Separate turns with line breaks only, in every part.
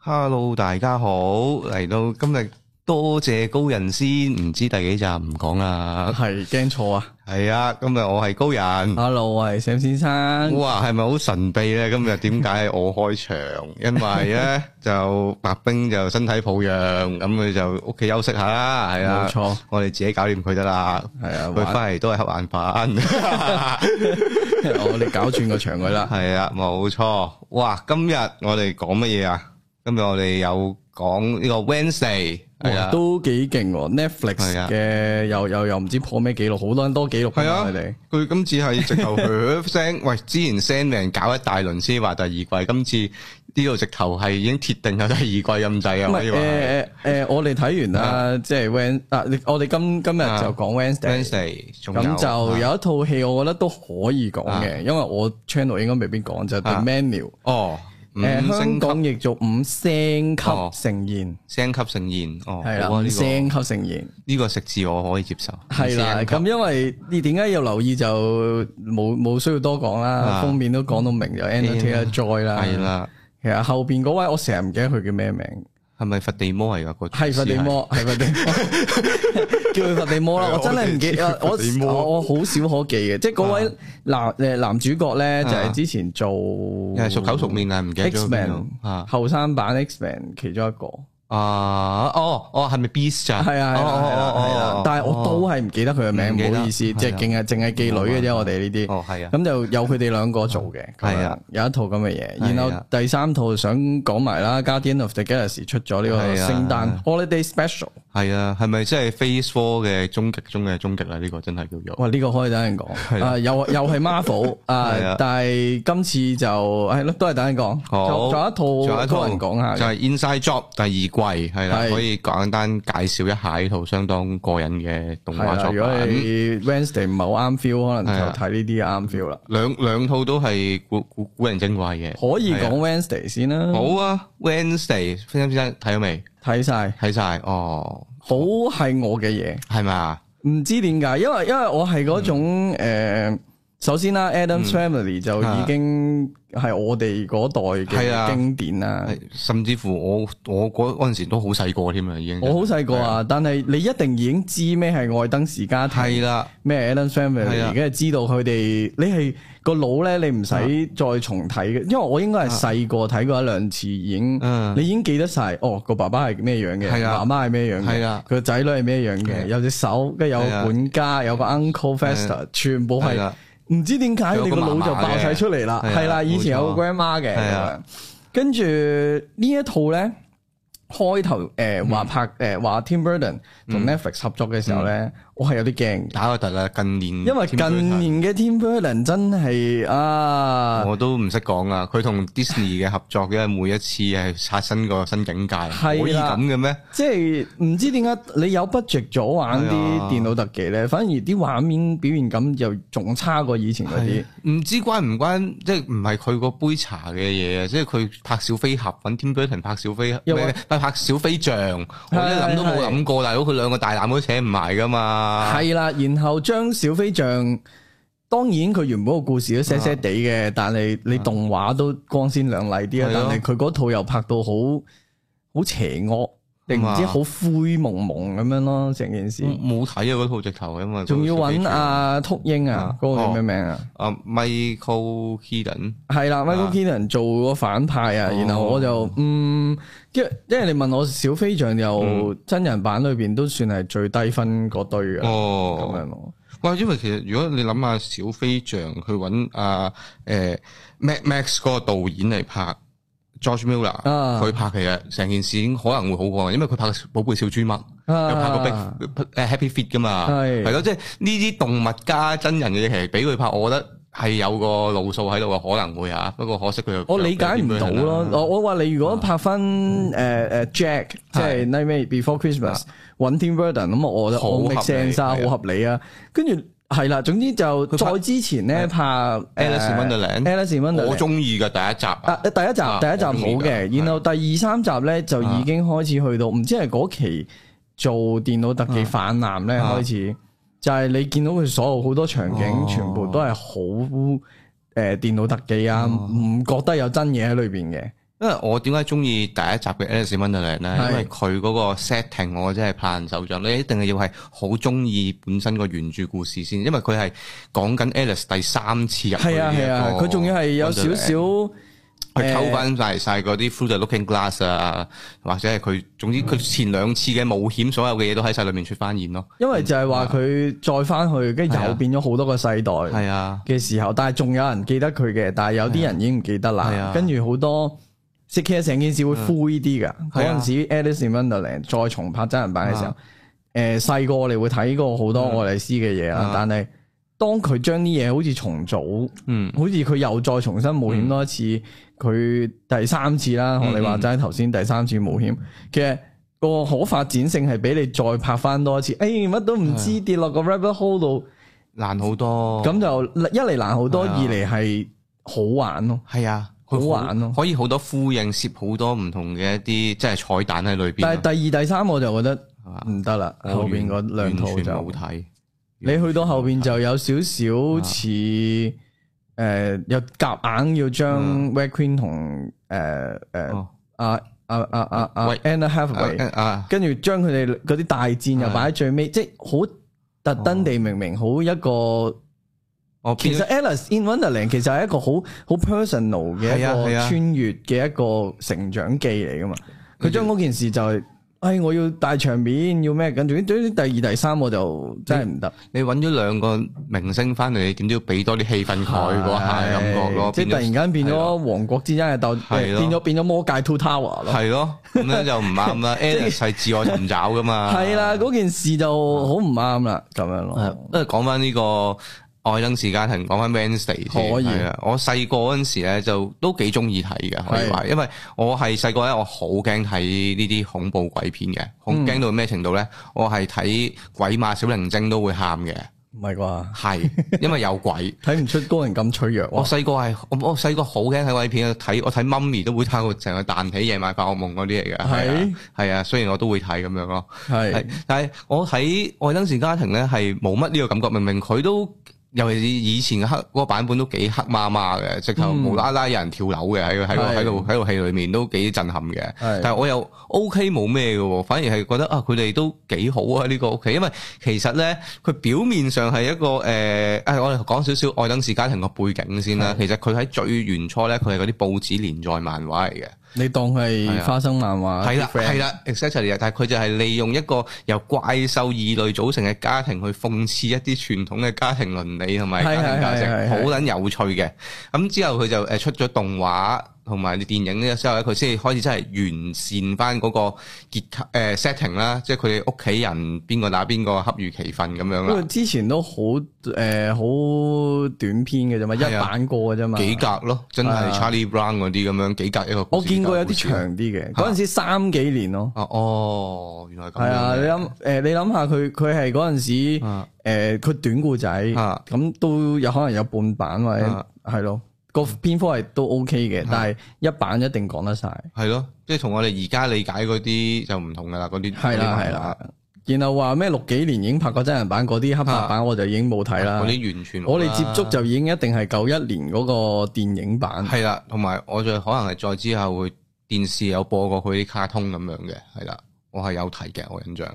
Hello，大家好，嚟到今日多謝高人先，唔知第幾集唔講啦。
系惊错啊
係啊，今日我係高人。
！Hello，我系 Sam 先生，
哇，係咪好神秘咧？今日點解我開場？因為 咧就白冰就身體抱恙，咁佢就屋企休息下啦。係啊，
冇錯，
我哋自己搞掂佢得啦。
係啊
佢
玩
翻嚟都係瞌眼瞓。
我哋搞转个场佢啦，
係啊，冇錯。哇，今日我哋講乜嘢啊？今日我哋有講呢個 Wednesday 係
哇
啊。
都几劲喎
係啊
！Netflix 嘅又又又唔知破咩纪录，好多人多纪录
係啊
佢哋
佢今次係直頭嘘聲，喂！之前 Sandman 搞一大輪先話第二季，今次呢度直頭係已經鐵定有第二季咁滯啊！
唔
可以
系
話係
诶诶，誒我哋睇完啦，即系 Wen 啊，你我哋今今日就
啊
讲 Wednesday。
Wednesday 仲有
咁就
啊
有一套戲，我覺得都可以講嘅，因為我 channel 應該未必講，就 The
啊
Menu，
哦，五
誒香
星級
港亦做五星級
哦
盛宴，
星級盛宴哦，
係啦，
好啊
五
呢個
星級盛宴。
呢個食字我可以接受，
系啦，
五星級
咁因為你點解要留意就冇冇需要多講啦
啊，嗯
封面都講到明就 a n d e r t a i n Joy 啦，
係，啦，
其實後边嗰位我成日唔記得佢叫咩名，
係咪佛地魔嚟㗎？個
係佛地魔，係佛地魔， 叫佢佛地魔啦，
係啊
我真係唔記得，
我哋叫佛啊地
我
魔
我我好少可記嘅，即係嗰位男诶男主角咧就係之前做
廚師啊係，係熟口熟面啊，唔記得咗邊
X-Men
個啊
後生版 X-Men 其中一個，
啊哦哦，係咪 Beast 啊？
係啊係
哦
啦
哦
係啦
哦
係啦
哦，
但係我
哦
都係唔記得佢嘅
唔記
名，
得
唔好意思，即
係啊
係淨係淨係妓女嘅啫，我哋呢啲。
哦係啊。
咁就有佢哋兩個做嘅，咁
係
樣
啊，
有一套咁嘅嘢。
係啊
然後第三套想講埋啦，《Guardian of the Galaxy》出咗呢個
係啊
聖誕 Holiday Special，
系啊，系咪即系 Phase Four 嘅終極中嘅終極啊啦？呢、個真係叫做
哇！呢個可以等人
係
講，
啊
啊又又 係 Marvel
係啊
啊，但係今次就係咯，都係等人講。
好
仲仲有一套多人講下
就
嘅，
係 Inside Job 第二季係啦，
係
可以簡單介紹一下呢套相當過癮嘅動
係
畫
啦。
作
如果
品。
你 Wednesday 唔係好啱 feel，可能
係啊
就睇呢啲啱 feel 啦。
兩兩套都係古古古靈精怪嘅，
可以
係啊
講 Wednesday 先啦，
好啊。Wednesday，先生先生睇咗未？
睇晒
睇晒哦，
好係我嘅嘢。
係咪啊？
唔知點解，因為因為我係嗰種、
嗯
呃首先啦，Adam's Family 就已經係我哋嗰代
啊係啊
嘅經典啦。
係甚至乎我我嗰嗰阵时都好細個添啊，已經
我好細個啊，但係你一定已經知咩係愛登士家
係
庭，
啦，
咩 Adam's
係
Family，
啊
而家知道佢哋，你係個腦咧，你唔使再重睇嘅，因為我應
啊
該係細個睇過一兩次，已經
嗯
你已經記得晒，哦個爸爸係咩樣嘅，
係啊
媽媽係咩樣嘅，
係啊
佢個仔女係咩樣
係啊
嘅，有隻手，跟住有
係啊
個管家，有個 Uncle
係啊
Fester，全部
係
係。
啦，
唔知點解
佢有
你
個
個腦
嫲嫲
就爆晒出嚟啦，
嘅
係
係啊
啦，以前有
冇錯
個 grandma 嘅，
係啊
跟住呢一套咧，開頭誒話拍
嗯
誒話 Tim Burton 同 Netflix 合作嘅時候咧，我係有啲驚嘅，
打個突啦，近年
因為
Tim Burton
嗯近年嘅 Tim Burton 真係啊，
我都唔識講啊！佢同 Disney 嘅合作嘅每一次係刷新個新境界，可
係啦
以咁嘅咩？
即係唔知點解你有 budget 咗玩啲
係啊
電腦特技咧，反而啲畫面表現感又仲差過以前嗰啲。
唔知關唔關，即係唔係佢個杯茶嘅嘢啊！即係佢拍小飛俠揾 Tim Burton 拍小飛，
又或
咩拍拍小飛象，我一諗都冇諗過，大佬佢兩個大攬都扯唔埋噶嘛。
系啦，然後將小飛象，當然佢原本個故
啊
事都 sad sad 地嘅，但係你動畫都光鮮亮麗啲啊
係，
但
咯
係佢嗰套又拍到好好邪惡，定唔知
嗯
好灰蒙蒙咁樣咯，成件事。
冇睇啊！嗰套直頭，因為
仲要
嗰個小飛
揾
象
阿秃英啊
啊，
嗰個叫咩名啊？
啊 Michael Keaton
係啦
啊
，Michael Keaton 做個反派啊，
哦
然後我就嗯，因為因為你問我小飛象又真人版裏边都算係最低分嗰堆嘅
嗯哦
咁樣咯。
哇！因為其實如果你諗下小飛象，去揾啊誒 Max Max 嗰個導演嚟拍 George Miller，
啊
佢、拍其實成件事已經可能會好過，因為佢拍《寶貝小豬乜》
啊
又拍過 Big 誒 Happy Feet 噶嘛，
係
係咯，即係呢啲動物加真人嘅嘢，其實俾佢拍，我覺得係有個路數喺度嘅，可能會嚇。不過可惜佢又
我理解唔到咯，我我話你如
哦
果拍翻
嗯
誒誒 Jack，即係 Nightmare Before Christmas，揾 Tim Burton 咁，我覺得
啊好
我
合
make
理
sense 啊
係啊
好合理啊。跟住係啦，總之就
拍
再之前咧拍誒
Alice in Wonderland
Alice in
我
Wonderland。
中意嘅第一集啊
啊！第一集
啊
第一集好
我中意㗎
嘅，然後第二三集咧就
啊
已經開始去到，唔知係嗰期做電腦特技泛濫咧
啊
開始，就係你見到佢所有好多場
哦
景，全呃
哦
部都係好誒電腦特技啊，唔覺得有真嘢喺裏邊嘅。
因為我點解中意第一集嘅 Alice in Wonderland 咧？
係
因為佢嗰個 setting 我真係拍爛手掌，你一定係要係好中意本身個原著故事先，因為佢係講緊 Alice 第三次入去
係啊係啊，佢仲要係有少少
去
誒
抽翻晒晒嗰啲 Through the Looking Glass 啊，或者係佢總之佢前兩次嘅冒險，所有嘅嘢都喺晒裏面出翻現咯。
因為就係話佢再翻去，跟住
係啊
又變咗好多個世代
係啊，
嘅時候，但係仲有人記得佢嘅，但係有啲人已經唔記得
係
啦
啊。
跟住好多，即係其實成件事會灰啲噶。嗰
係啊
陣時《Alice in Wonderland》再重拍真人版嘅時候，誒細個我哋會睇過好多愛麗絲嘅嘢啦
嗯啊，
但係當佢將啲嘢好似重組，
嗯，
好似佢又再重新冒險多一次，佢第三次啦，
嗯
學你話齋頭先第三次冒險，其實個可發展性係俾你再拍翻多一次，誒乜都唔
啊
知跌落個 rabbit hole 度。
難好多。
咁就一嚟難好多，
係
二
哦啊
嚟係好玩咯。
係啊，
好玩咯
可以好多呼應，攝好多唔同嘅一啲即係彩蛋喺裏邊
但
啊。
係第二、第三我就覺得
係嘛
唔得啦，
我
後邊嗰
完
兩套
完全冇
就
睇。
你去到後邊就有少少似
啊
誒，有夾硬要
嗯
將 Red Queen 同誒誒
哦
啊啊啊啊啊
喂
Anna
啊
Hathaway，
啊，
跟住將佢哋嗰啲大戰又擺喺最尾，即係好特登
哦
地明明好一個。
我
其實
變咗
《Alice in Wonderland》其實係一個好好 personal 嘅一
係啊係
個
啊
穿越嘅一個成長記嚟噶嘛。佢將嗰件事就係、哎，我要大場面，要咩？跟住總之第二、第三我就真係唔得，
你揾咗兩個明星翻嚟，你點都要俾多啲氣氛佢嗰下感覺咯。
啊即係
變咗
突然間變
係
咗
咯
王國之間嘅鬥，
係咯
變咗變咗魔界 Two Tower 咯。
係啊 咯，咁樣就唔啱啦。Alice 係自我尋找噶嘛。
係啦，嗰件事就好唔啱啦，咁樣
係啊
咯。
不過講翻呢個愛登時間係講翻 Wednesday 先
可以
係啊我細個嗰陣時咧就都幾中意睇嘅，可以話，因為我係細個咧，我好驚睇呢啲恐怖鬼片嘅，好
嗯
驚到咩程度咧？我係睇鬼馬小靈精都會喊嘅，
唔係啩？
係因為有 鬼。
睇唔出高人咁脆弱
我
喎。
細個係我我細個好驚睇鬼片，睇我睇媽咪都會睇到成日彈起夜晚發惡夢嗰啲嚟嘅，係
係
啊係啊，雖然我都會睇咁樣咯。
係
係，但係我喺愛登士家庭咧係冇乜呢個感覺，明明佢都。尤其是以前嘅黑嗰個版本都幾黑麻麻嘅，直頭
嗯
無啦啦有人跳樓嘅喺個喺個
係
喺度喺個戲裏面都幾震撼嘅。
係
但係我又 OK 冇咩嘅喎，反而係覺得啊佢哋都幾好啊呢個屋企，因為其實咧佢表面上係一個誒，呃啊我哋講少少愛登士家庭個背景先啦。其實佢喺最原初咧，佢係嗰啲報紙連載漫畫嚟嘅。
你當係花生漫畫
啊係啦，
啊啲 friend
係啦，exactly 啊！但係佢就係利用一個由怪獸異類組成嘅家庭去諷刺一啲傳統嘅家庭倫理同埋家庭價
係係係
值，
係
好撚有趣嘅。咁之後佢就呃誒出咗動畫同埋電影呢之後咧，佢先至開始真係完善翻嗰個結構誒 setting 啦，即係佢哋屋企人邊個打邊個恰如其分咁樣
因為
啦，
之前都好誒好短篇嘅啫嘛，一
係啊
版過嘅啫嘛。
幾格咯，真係
係啊
Charlie Brown 嗰啲咁樣幾格一個故
我
事。
見過有
幾
啲
格故事
長啲嘅，嗰陣時三幾年咯。
啊，哦，原來咁
係啊，你
樣嘅
諗誒，你諗下佢佢係嗰陣
啊
時誒，佢短故仔
啊
咁都有可能有半版或
啊
者係咯，個篇幅係都 OK 嘅，但係一版一定講得晒。
係咯，即係同我哋而家理解嗰啲就唔同噶啦，嗰啲啊
係啦係啦，，然後話咩六幾年已經拍過真人版嗰啲黑白版，我就已經冇睇啦
啊嗰。啲啊完全
我哋接觸就已經一定係九一年嗰個電影版。
係啦，同埋我就可能係再之後會電視有播過佢啲卡通咁樣嘅，係啦，我係有睇嘅，我印象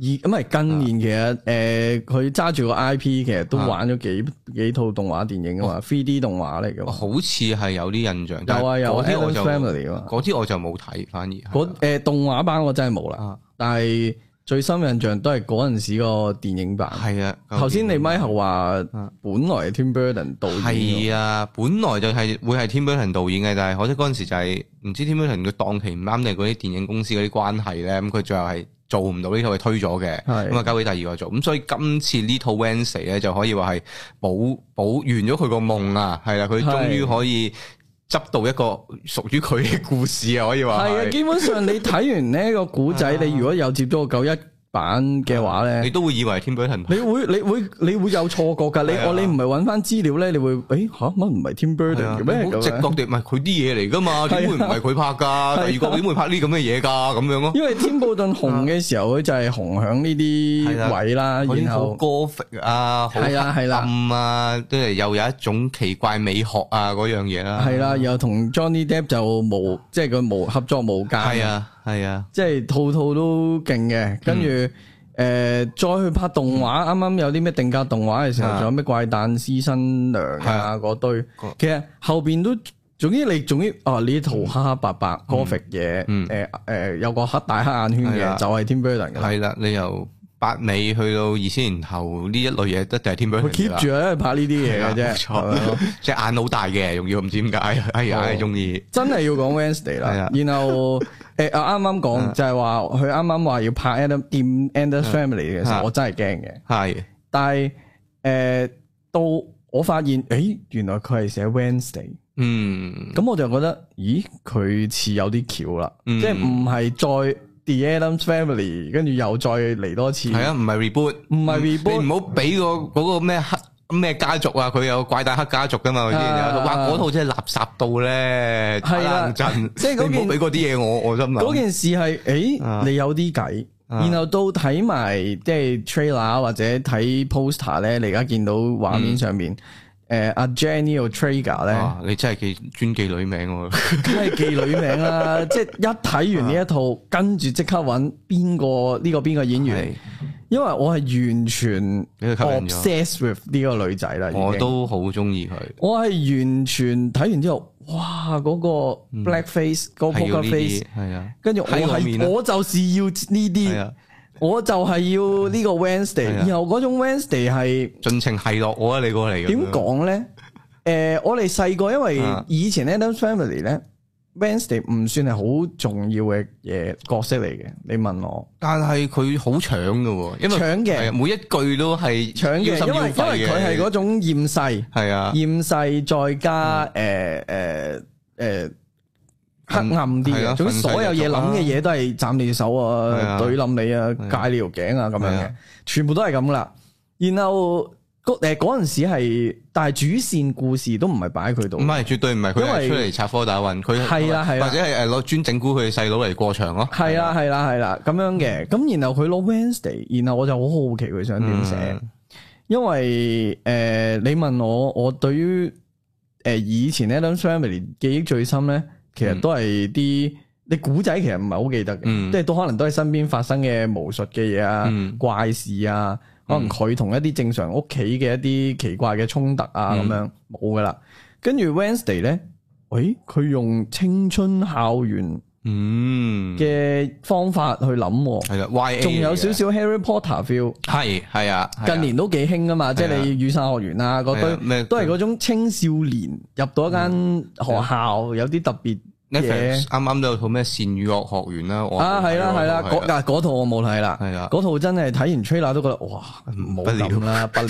而咁咪
啊
近年其實誒佢揸住個 I P 其實都玩咗幾幾套動畫電影噶嘛，three D 動畫嚟噶
我
嘛，
好似係有啲印象，哦但
有啊
係
有
嗰啲我
Adam's
就
Family 噶嘛，
嗰啲我就冇睇，反而係
嗰誒動畫版我真係冇啦
啊，
但係最深印象都係嗰陣時個電影版。
係啊，
頭先你咪後話
啊
本來係 Tim Burton 導演㗎，
係啊，本來就係會係 Tim Burton 導演嘅，但係我覺得嗰陣時就係唔知 Tim Burton 嘅檔期唔啱定係嗰啲電影公司嗰啲關係咧，咁佢最後係做唔到呢套，係推咗嘅，
係
咁啊交俾第二個做，咁所以今次呢套 Wednesday 咧就可以話係補補完咗佢個夢啊，係啦，佢終於
係
可以執到一個屬於佢嘅故事啊，可以話
係啊，
係。 啊
基本上你睇完呢個古仔，你如果有接觸過九一。版嘅話咧
你，都會以為天 Burton
你會你會你會有錯覺㗎。你
係啊
我你唔係揾翻資料咧，你會誒吓乜唔係 Tim Burton 嘅咩
係啊直覺
咁樣？
地唔係佢啲嘢嚟噶嘛？點會唔係佢拍㗎？第二個點會拍呢咁嘅嘢㗎？咁樣咯，
因為 Tim Burton 紅嘅時候，佢就係紅響呢
係啊
啲位啦，
嗰啲
然
好
後
歌劇啊，好
係啦係啦
暗啊，即係又有一種奇怪美學啊嗰樣嘢啦。
係啦，然後同 Johnny Depp 就無即係佢無合作無間，
係啊，係啊，
即係套套都勁嘅。跟住
嗯
誒再去拍動畫，啱啱有啲咩定格動畫嘅時候，
啊
仲有咩怪誕師新娘
係啊
啊嗰堆
嗰，
其實後邊都。總之你總之哦呢套黑黑白白 perfect 嘢，
嗯
誒誒有個黑大黑眼圈
係啊
嘅就係 Tim Burton 嘅啦，
係啦，你由八尾去到二千年後呢一類嘢，一定係天 Burton
佢
㗎啦
keep 住喺度拍呢啲嘢嘅
係
啫
啊冇錯
係咪哦咯，
隻眼好大嘅，仲要唔知點解，哎呀，唉中意。
真係要講 Wednesday
係
啦
啊。嗯
然後誒啊啱啱講就係話佢啱啱話要拍 Adam 掂 Anders Family 嘅時
啊
候，我真係驚嘅。
係
但係誒、呃到我發現，誒原來佢係寫 Wednesday，
嗯，
咁我就覺得，咦佢似有啲橋啦，
嗯
即係唔係再 The Adams Family，跟住又再嚟多次，
係啊，唔係 reboot，
唔係 reboot
你唔好俾個嗰個咩黑咩家族啊，佢有怪誕黑家族噶嘛，佢之前有
啊
哇嗰套真係垃圾到咧，
係啦
打冷震，
即係嗰件
你唔好俾嗰啲嘢我，我心諗
嗰件事係，誒、
啊
你有啲計，
啊
然後到睇埋即係 trailer 或者睇 poster 咧，你而家見到畫面上面，誒阿、
嗯
Jenny o Trager 咧，
哇，你真係記專記女名喎，
梗 係妓女名 啦，即係一睇完呢一套，
啊
跟住即刻揾邊個呢個邊個演員，因為我係完全
你吸引咗，
obsessed with 呢個女仔啦，已經
我都好中意佢，
我係完全睇完之後，哇嗰、個 black face 嗰個
嗯係要
poker
呢
face，
啲，係啊，
跟住我
睇我面
係
啊
我就是要呢
係
啲。
啊，
我就係要呢個 Wednesday，
係啊
然後嗰種 Wednesday 係
盡情係落我啊，你過嚟咁
點
樣？
講咧？诶、我哋細個因為
啊
以前 Adams Family 咧，Wednesday 唔算係好重要嘅嘢角色嚟嘅。你問我
但係佢好搶嘅喎，因為
搶嘅
係啊每一句都係
搶嘅，因
腰
為
心
因
腰
為
肺嘅
佢係嗰種厭世，
係啊，嗯
厭世再加诶诶诶黑暗啲
係
嘅，
啊
總
憤世
之所有嘢
嫉俗啊
諗嘅嘢都係斬你手
係啊
啊，懟冧你
係
啊，
啊
戒你條頸啊咁樣
係
嘅
啊，
全部都係咁啦。然後嗰誒嗰陣時係，但係主線故事都唔係擺喺佢度
唔，係，絕對唔係，佢
因為
係出嚟插科打諢，佢
係啦係啦
或者係誒攞磚整蠱佢細佬嚟過場咯。
係啦係啦係啦咁樣
嗯
嘅。咁然後佢攞 Wednesday，然後我就好好奇佢想點寫，因為誒你問我，我對於誒以前 Adams Family 記憶最深咧，其實都係啲。你古仔其實唔係好記得嘅，
嗯
即係都可能都係身邊發生嘅巫術嘅嘢啊、
嗯
怪事啊，可能佢同一啲正常屋企嘅一啲奇怪嘅衝突啊咁、
嗯
樣冇噶啦。跟住 Wednesday 咧，誒佢用青春校園
嗯，
嘅方法去諗喎，
係啦，Y
仲有少少 Harry Potter feel。
係係啊，係啊
近年都幾興噶嘛，即
係啊
係你雨傘學員啊嗰
係啊咩嗯
堆，都係嗰種青少年入到一間學校有啲特別
Netflix
嘢
啱啱都有套咩善語樂學院啦，我
啊，係啦係啦，嗰
嗯係
嗱嗰套我冇睇啦，
係啊啦
嗰套真係睇完 trailer 都覺得哇，冇咁啦，不了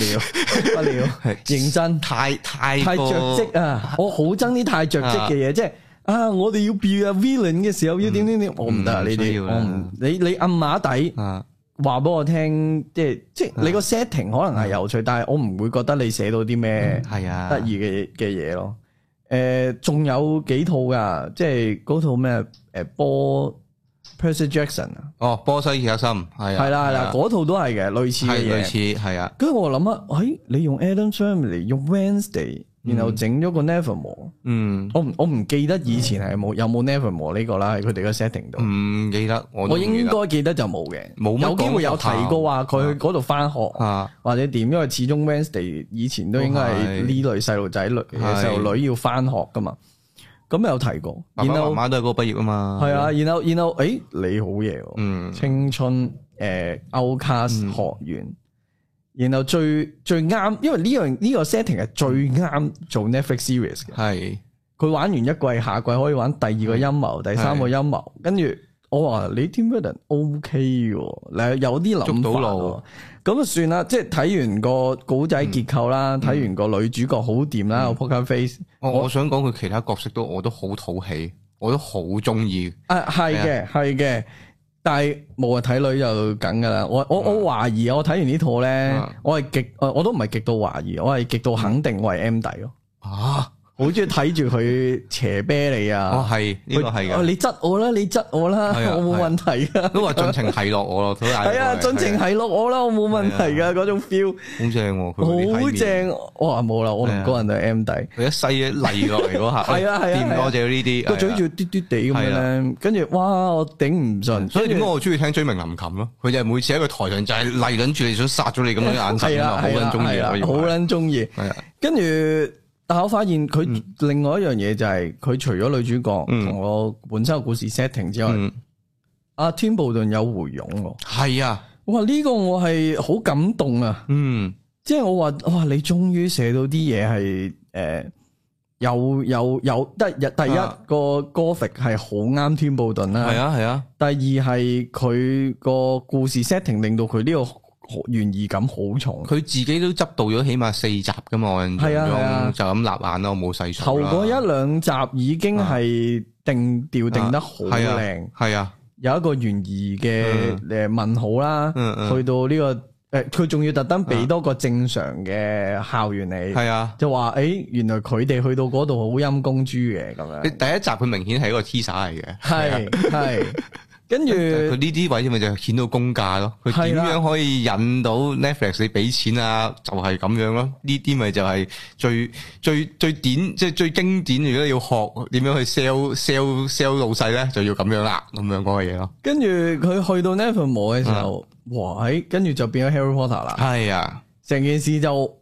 不了，認真
太太
太着
過
跡啊！我好憎啲太着跡嘅嘢，即係啊，我哋要 be a villain 嘅時候要點點點，我唔得啊
嗯
呢
唔需
啲，
要
我
啦
唔你你暗馬底。
啊！
話俾我聽，即係即係你個 setting 可能係有
嗯
趣，但係我唔會覺得你寫到啲咩
係啊，
得意嘅嘅嘢咯。诶、仲有幾套噶，即係嗰套咩诶波 Percy Jackson 啊，
哦，波西爾克森係啊，
係啦係
係
啦，
啊
嗰套都係嘅，類似嘅
係類
嘢。
似係啊，
跟住我諗啊，诶、你用 Adam Family 用 Wednesday，然後整咗個 Nevermore，、
嗯，
我唔我唔記得以前係冇有冇 Nevermore 呢個啦，喺佢哋個 setting 度。
唔記得嗯我都唔
我
記
應
得
該記得就冇嘅，
冇乜
有機會有提
講學校
過話佢嗰度翻學
啊，
或者點，因為始終 Wednesday 以前都應該係呢類細路仔女
哦係
細路女要翻學噶嘛，咁有提過，
爸
然
爸
後
媽媽都係嗰個畢業啊嘛，
係啊，然後然後誒你好嘢喎，
嗯，
青春誒 Outcast 學院，然後最最啱，因為呢樣呢個 setting 係最啱做 Netflix series 嘅，
係。
佢玩完一季，下季可以玩第二個陰
嗯
謀，第三個陰謀，跟住。我話你 Tim Burton O K 喎，你有啲諗
捉
法
到
喎
路，
咁啊算啦，即係睇完個古仔結構啦，
嗯
睇完個女主角好掂啦，個 poker face
我我想講佢其他角色都我都好討喜，我都好中意。
啊係嘅係嘅，但係冇啊，睇女就梗噶啦。我我我懷疑，我睇完呢套咧
嗯，
我係極，我我都唔係極度懷疑，我係極度肯定我係 M 底咯。
啊，
好中意睇住佢斜啤你
哦
啊！
係呢個係
佢哦
嘅，
你質我啦，你質我啦，
係啊
我冇問題噶。
都話盡情係落我咯，佢嗌我
係啊，盡情係落我啦，我冇問題
係
噶嗰種 feel，
好正喎，佢嗰啲睇
好
面
正。我話冇啦，我同
係啊
嗰人就 M 底。
佢一西一嚟落嚟嗰下，
係啊係啊
掂
係啊
多謝呢啲係啊
個嘴仲要嘟嘟地咁
係啊
樣咧，跟住哇，我頂唔順，
所以點
跟
解
住
我中意聽追名林琴咯？佢就係每次喺個台上就係嚟緊住你想殺咗你咁樣嘅眼神
係
啊嘛，
啦
好
係
撚
啦
中意
係
啊
啦
我要
好
係
撚中意。
係啊，
跟住，但我發現佢另外一樣嘢就係佢除咗女主角
嗯
同我本身個故事 setting 之外，
嗯，
阿天布頓有回勇喎。
係啊，
哇！呢個我係好感動啊！
嗯，
即係我話哇，你終於寫到啲嘢係誒有有有得日第一
啊
個 Gothic 係好啱天布頓啦，
係啊，係啊，
第二係佢個故事 setting 令到佢呢個懸疑感好重。
佢自己都執到咗起碼四集噶嘛，我印象
係啊係
中
啊
就咁立眼啦，我啊冇細數
頭嗰
啦
一兩集已經係定調定得好
係啊
靚，
係啊，
有一個懸疑嘅誒問號啦，
嗯嗯啊
去到呢、個呃誒，佢仲要特登俾多個正常嘅校園你，
係啊。
就話誒、原來佢哋去到嗰度好陰公豬嘅咁
你
樣，
第一集佢明顯係一個 T 耍嚟嘅，
係係，跟住
佢呢啲位咪就顯到公價咯。佢點
係啊啦
樣可以引到 Netflix 你俾錢啊？就係、咁樣咯。呢啲咪就係最最最典，即係最經典。如果你要學點樣去 sell sell sell 老細咧，就要咁樣啦，咁樣嗰個嘢咯。
跟住佢去到 Nevermore 嘅時候，哇誒，跟住就變咗 Harry Potter 啦。
係啊，
成件事就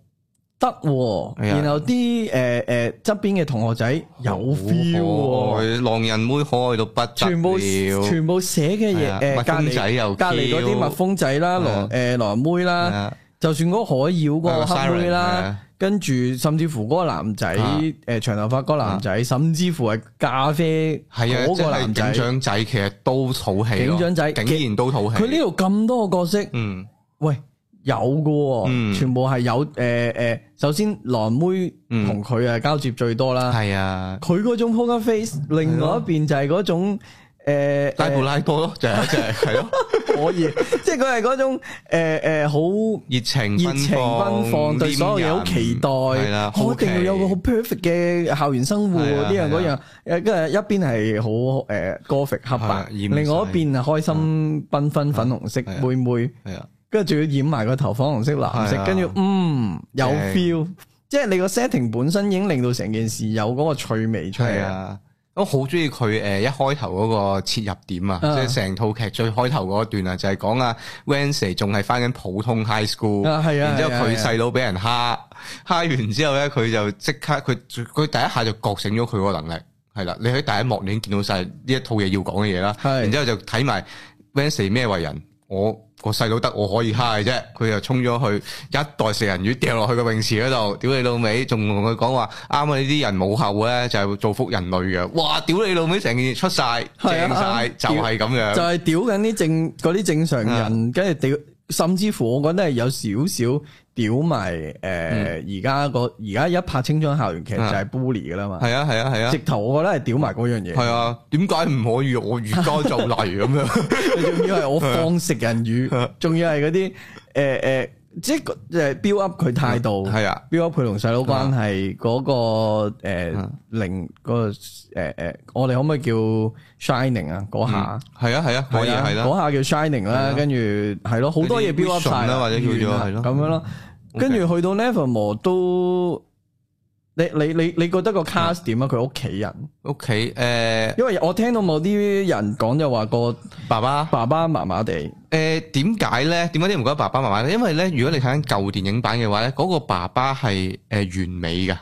得喎，
哎呀
然後啲誒誒側邊嘅同學仔有
好可
feel 喎，
愛浪人妹可愛到不得了，
全部
係
全部寫嘅
係啊
嘢誒
蜜
隔
蜂仔又
離隔離嗰啲
Q
蜜蜂仔啦，羅誒羅妹啦，
啊
就算嗰個海妖嗰個
係啊
黑妹
Siren，係
啦
啊，
跟住甚至乎嗰個男仔
啊
誒長頭髮嗰個男仔，甚至乎係咖啡
係啊，
嗰
即係
個男
警
仔，
長仔其實都土氣咯，
警長仔
竟然都土氣。
佢呢度咁多個角色。
嗯
喂，有嘅喎、
嗯
全部係有誒誒、呃呃首先狼妹
嗯
同佢啊交接最多啦，
係啊，
佢嗰、種 poker face，另外一邊就係嗰種誒
拉布拉多咯，就係就係係咯。
可以，即係佢係嗰種誒誒好。
熱情
熱情奔放，對所有嘢好期待，
係啦，
我一定要有個好
好
perfect 嘅校園生活，
係
呢
啊
樣嗰
係
樣，誒跟住一邊係好誒 gothic 黑
係啊
白，
染
另外一
晒
邊係開心繽紛粉紅色
係啊
妹妹。
係啊，
跟住仲要染埋個頭粉紅色、藍
係啊
色，跟住嗯有
正
feel，即係你個 setting 本身已經令到成件事有嗰個趣味出
係
嚟啊！
啊。我好中意佢誒一開頭嗰個切入點啊，即
啊
係成套劇最開頭嗰段啊，就係講啊 Wednesday 仲係翻緊普通 high school，
啊係啊
然之後佢
係啊
細佬俾人蝦，蝦完之後咧佢就即刻佢佢第一下就覺醒咗佢嗰個能力，係啦，你喺第一幕你已經見到晒呢一套嘢要講嘅嘢啦，
係
然之後就睇埋 Wednesday 咩為人，我個細佬得我可以蝦嘅啫，佢就衝咗去一袋食人魚掉落去個泳池嗰度，屌你老味，仲同佢講話啱啊！呢啲人冇後咧就係造福人類嘅，哇！屌你老味，成件事出晒正
係啊
晒，就係咁
就
樣，
係屌緊啲正嗰啲正常
啊
人，跟住屌，甚至乎我覺得係有少少屌埋呃
嗯
誒而家個而家一拍青春校園劇就係 bully 噶啦嘛，
啊係啊係啊係啊
直。頭我覺得係屌埋嗰樣嘢，
系啊，點解唔可以？我而家就嚟咁樣，
佢仲要係我放食人
啊
魚，仲要係嗰啲誒誒，即係誒 build up 佢態度。
係啊，
標咗佢同細佬關係嗰個誒零嗰個誒誒，我哋可唔可以叫 shining 啊？嗰下
係啊，係啊，可以係
嗰
啦，
下叫 shining 啦，跟住係咯，好多
嗰
嘢
啲
build up 晒啊
vision 啦或者叫做
完啦
係咯嗯
咁樣咯。跟住去到 Nevermore 都，你你你你覺得
嗯
個 cast 點啊？佢屋企人，
屋企诶，
因為我聽到某啲人講就話個
爸爸
爸爸麻麻地，
诶，呃點解咧？點解啲人唔覺得爸爸媽媽咧？因為咧，如果你睇緊舊電影版嘅話咧，嗰個爸爸係诶完美嘅，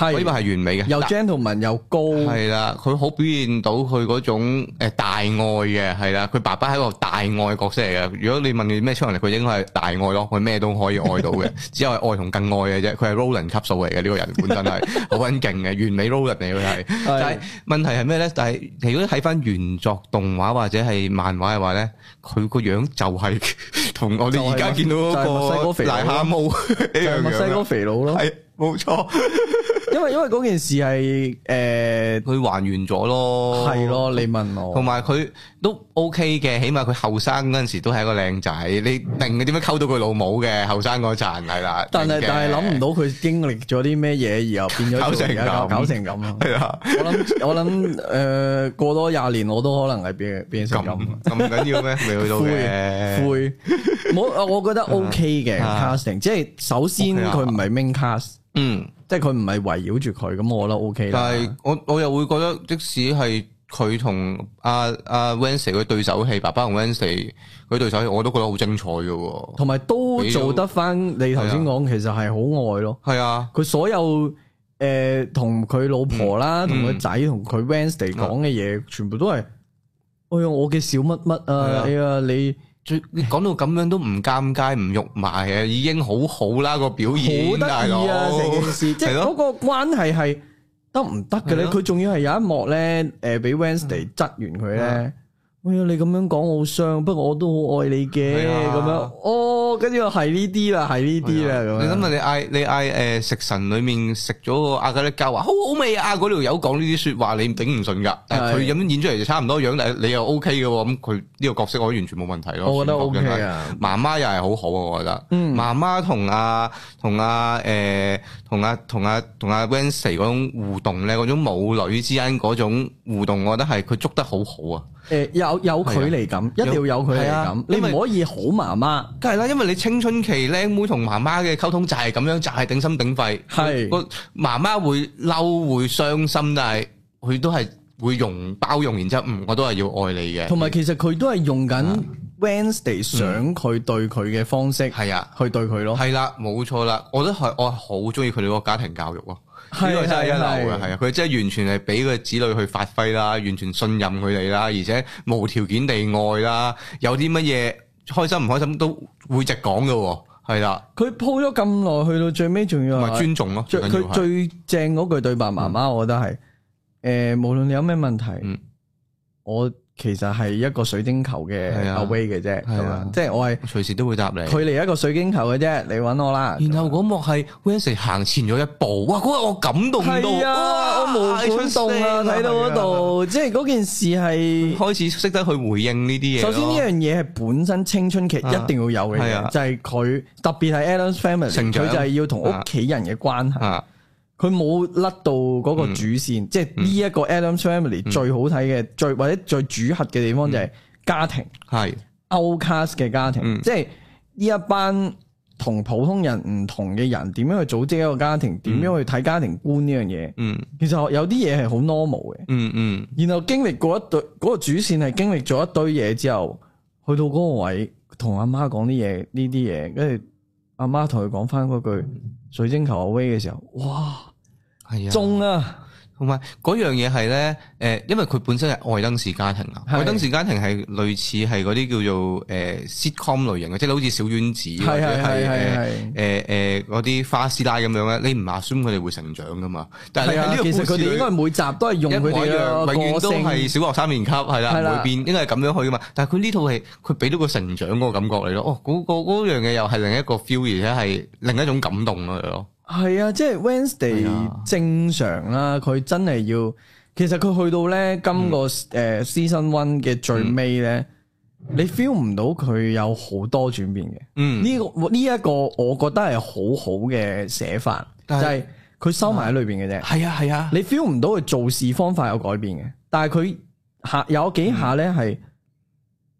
我呢個係
係
完美嘅，
又
嗱
gentleman 又高，
係啦，佢好表現到佢嗰種誒大愛嘅，係啦，佢爸爸係一個大愛嘅角色嚟嘅。如果你問佢咩超能力，佢應該係大愛咯，佢咩都可以愛到 嘅，只有係愛同更愛嘅啫。佢係 Roland 級數嚟嘅呢個人，本身 係好撚勁嘅，完美 Roland 嚟佢係。
係
但係問題係咩咧？但係如果睇翻原作動畫或者係漫畫嘅話咧，佢個樣就係 同我哋而家見到
就係墨西
嗰
哥
個
肥
癞
佬咯
蛤蟆一
就係
啊樣
墨西
樣
哥
啦。
肥佬咯。
係冇錯，
因為因為嗰件事係诶
佢還原咗咯，
係。咯，你問我
哦同。埋佢都 OK 嘅，起碼佢後生嗰陣時都係一個靚仔，你定佢點樣溝到佢老母嘅後生嗰陣係啦。
但係
定嘅
但係諗唔到佢經歷咗啲咩嘢，然後變咗
搞
做
成
而家
咁
搞搞成咁咯。
係啊，
我諗我諗诶，誒過多廿年我都可能係變變成咁。
咁咁緊要咩？未去到嘅，
灰冇，啊我 我覺得 OK 嘅
啊
casting，即係首先
OK 啊
佢唔係 main cast，
嗯。
即係佢唔係圍繞住佢，咁我覺得 OK 啦。
但係我我又會覺得，即使係佢同阿阿 Wednesday 佢對手戲，爸爸同 Wednesday 佢對手戲，我都覺得好精彩嘅喎。
同埋都做得翻你頭先講，其實係好愛咯。
係啊，
佢所有诶同佢老婆啦，
嗯啊
同佢仔，同佢 Wednesday 講嘅嘢，全部都係哎呀我嘅小乜乜
係
啊，
啊
哎呀你
最你講到咁樣都唔尷尬唔肉麻嘅，已經好好啦個表演，
好得
大
意
佬
啊成件事，即係
係咯
嗰個關係係得唔得嘅咧？
係咯嗯
佢仲要係有一幕咧，诶俾 Wednesday 質完佢
啊
咧。哎呀，你咁樣講好傷，不過我都好愛你嘅
係啊
咁樣。哦，跟住我係呢啲啦，係呢啲啦咁
啊你
樣
諗。下你嗌你嗌誒食神裏面食咗個阿加力膠話好好味啊！嗰條友講呢啲説話你頂唔順㗎，但係佢咁
係
樣演出嚟就差唔多樣，但係你又 OK 嘅喎，咁佢呢個角色我完全冇問題咯。
我覺
全
得
部
OK
真係
啊，
媽媽又係好好啊，我覺得。
嗯
媽媽同阿同阿誒同阿同阿同阿 Wednesday 嗰種互動咧，嗰種母女之間嗰種互動，我覺得係佢捉得好好啊。
诶有有距離感，一定要有距離
係
感
啊，
你
因為
唔可以好媽媽。
梗係啦，因為你青春期靚妹同媽媽嘅溝通就係咁樣，就係、頂心頂肺。
係
個媽媽會嬲會傷心，但係佢都係會容包容，然之後嗯，我都係要愛你嘅。
同埋其實佢都係用
啊
緊
嗯
Wednesday 想佢對佢嘅方式去
係啊。
對佢咯，
係啦，冇錯啦，我都係我好中意佢哋嗰個家庭教育咯，
係
呢個真係一流
係
嘅，係啊，佢真係完全係俾個子女去發揮啦，完全信任佢哋啦，而且無條件地愛啦，有啲乜嘢開心唔開心都會直講嘅喎，係啦，
佢鋪咗咁耐，去到最尾仲要
同埋
話
尊重咯，
啊最
最緊要
佢
係
最正嗰句對白，媽媽我覺得係诶，誒無論你有咩問題
嗯，
我其實係一個水晶球嘅
係啊
away 嘅啫，咁
係啊
樣即係我係
隨時都會答你。
距離一個水晶球嘅啫，你揾我啦。
然後嗰幕係 w e n s 行前咗一步，哇！嗰日我感動到，
係啊，我
哇
無管動啊，
出聲
睇到嗰
係啊
度，即係嗰件事係。
開始識得去回應呢啲嘢咯。
首先呢樣嘢係本身青春期一定要有嘅
係
嘢，
啊
就係佢特別係 Adam's Family，佢
成
就
長
係要同屋企人嘅關係，
啊，
佢冇甩到嗰個主線，即係呢一個 Adam's Family 最好睇嘅、最或者最主核嘅地方就係家庭
係
outcast 嘅家庭，
嗯
即係呢一班同普通人唔同嘅人點樣去組織一個家庭，點樣去睇家庭觀呢樣嘢，
嗯
其實有啲嘢係好 normal 嘅。
嗯嗯。
然後經歷過一堆嗰、個主線係經歷咗一堆嘢之後，去到嗰個位同阿媽講啲嘢呢啲嘢，跟住阿媽同佢講翻嗰句水晶球阿威嘅時候，哇
系啊，
中啊！
同埋嗰樣嘢係咧，诶、因為佢本身係愛登士家庭啊，
係
愛登士家庭係類似係嗰啲叫做诶、呃 sitcom 類型嘅，即係好似小丸子
係
或者
係係係
係
係
诶诶嗰啲花師奶咁樣咧，你唔 assume 佢哋會成長噶嘛？但係
係
你喺
啊
呢，個
其實
故
佢
事
哋
裏
應該每集都係用
一
佢
模一
哋
樣，
嘅
永
個
遠都係
性，
小學三年級，係啦，
係啦
唔會變，應該係咁樣去噶嘛。但係佢呢套係佢俾到個成長嗰個感覺嚟咯。哦，嗰、個嗰樣嘢又係另一個 feel，而且係另一種感動嚟咯。
係啊，即係
係
Wednesday
啊
正常啦，佢真係要，其實佢去到咧今
嗯
個誒 season one 嘅最尾咧，你 feel 唔到佢有好多轉變嘅。
嗯，
呢、個呢一、個我覺得係好好嘅寫法，就
但係
係佢收埋喺裏邊嘅啫。
係啊，係啊，
你 feel 唔到佢做事方法有改變嘅，但係佢下有幾下咧係，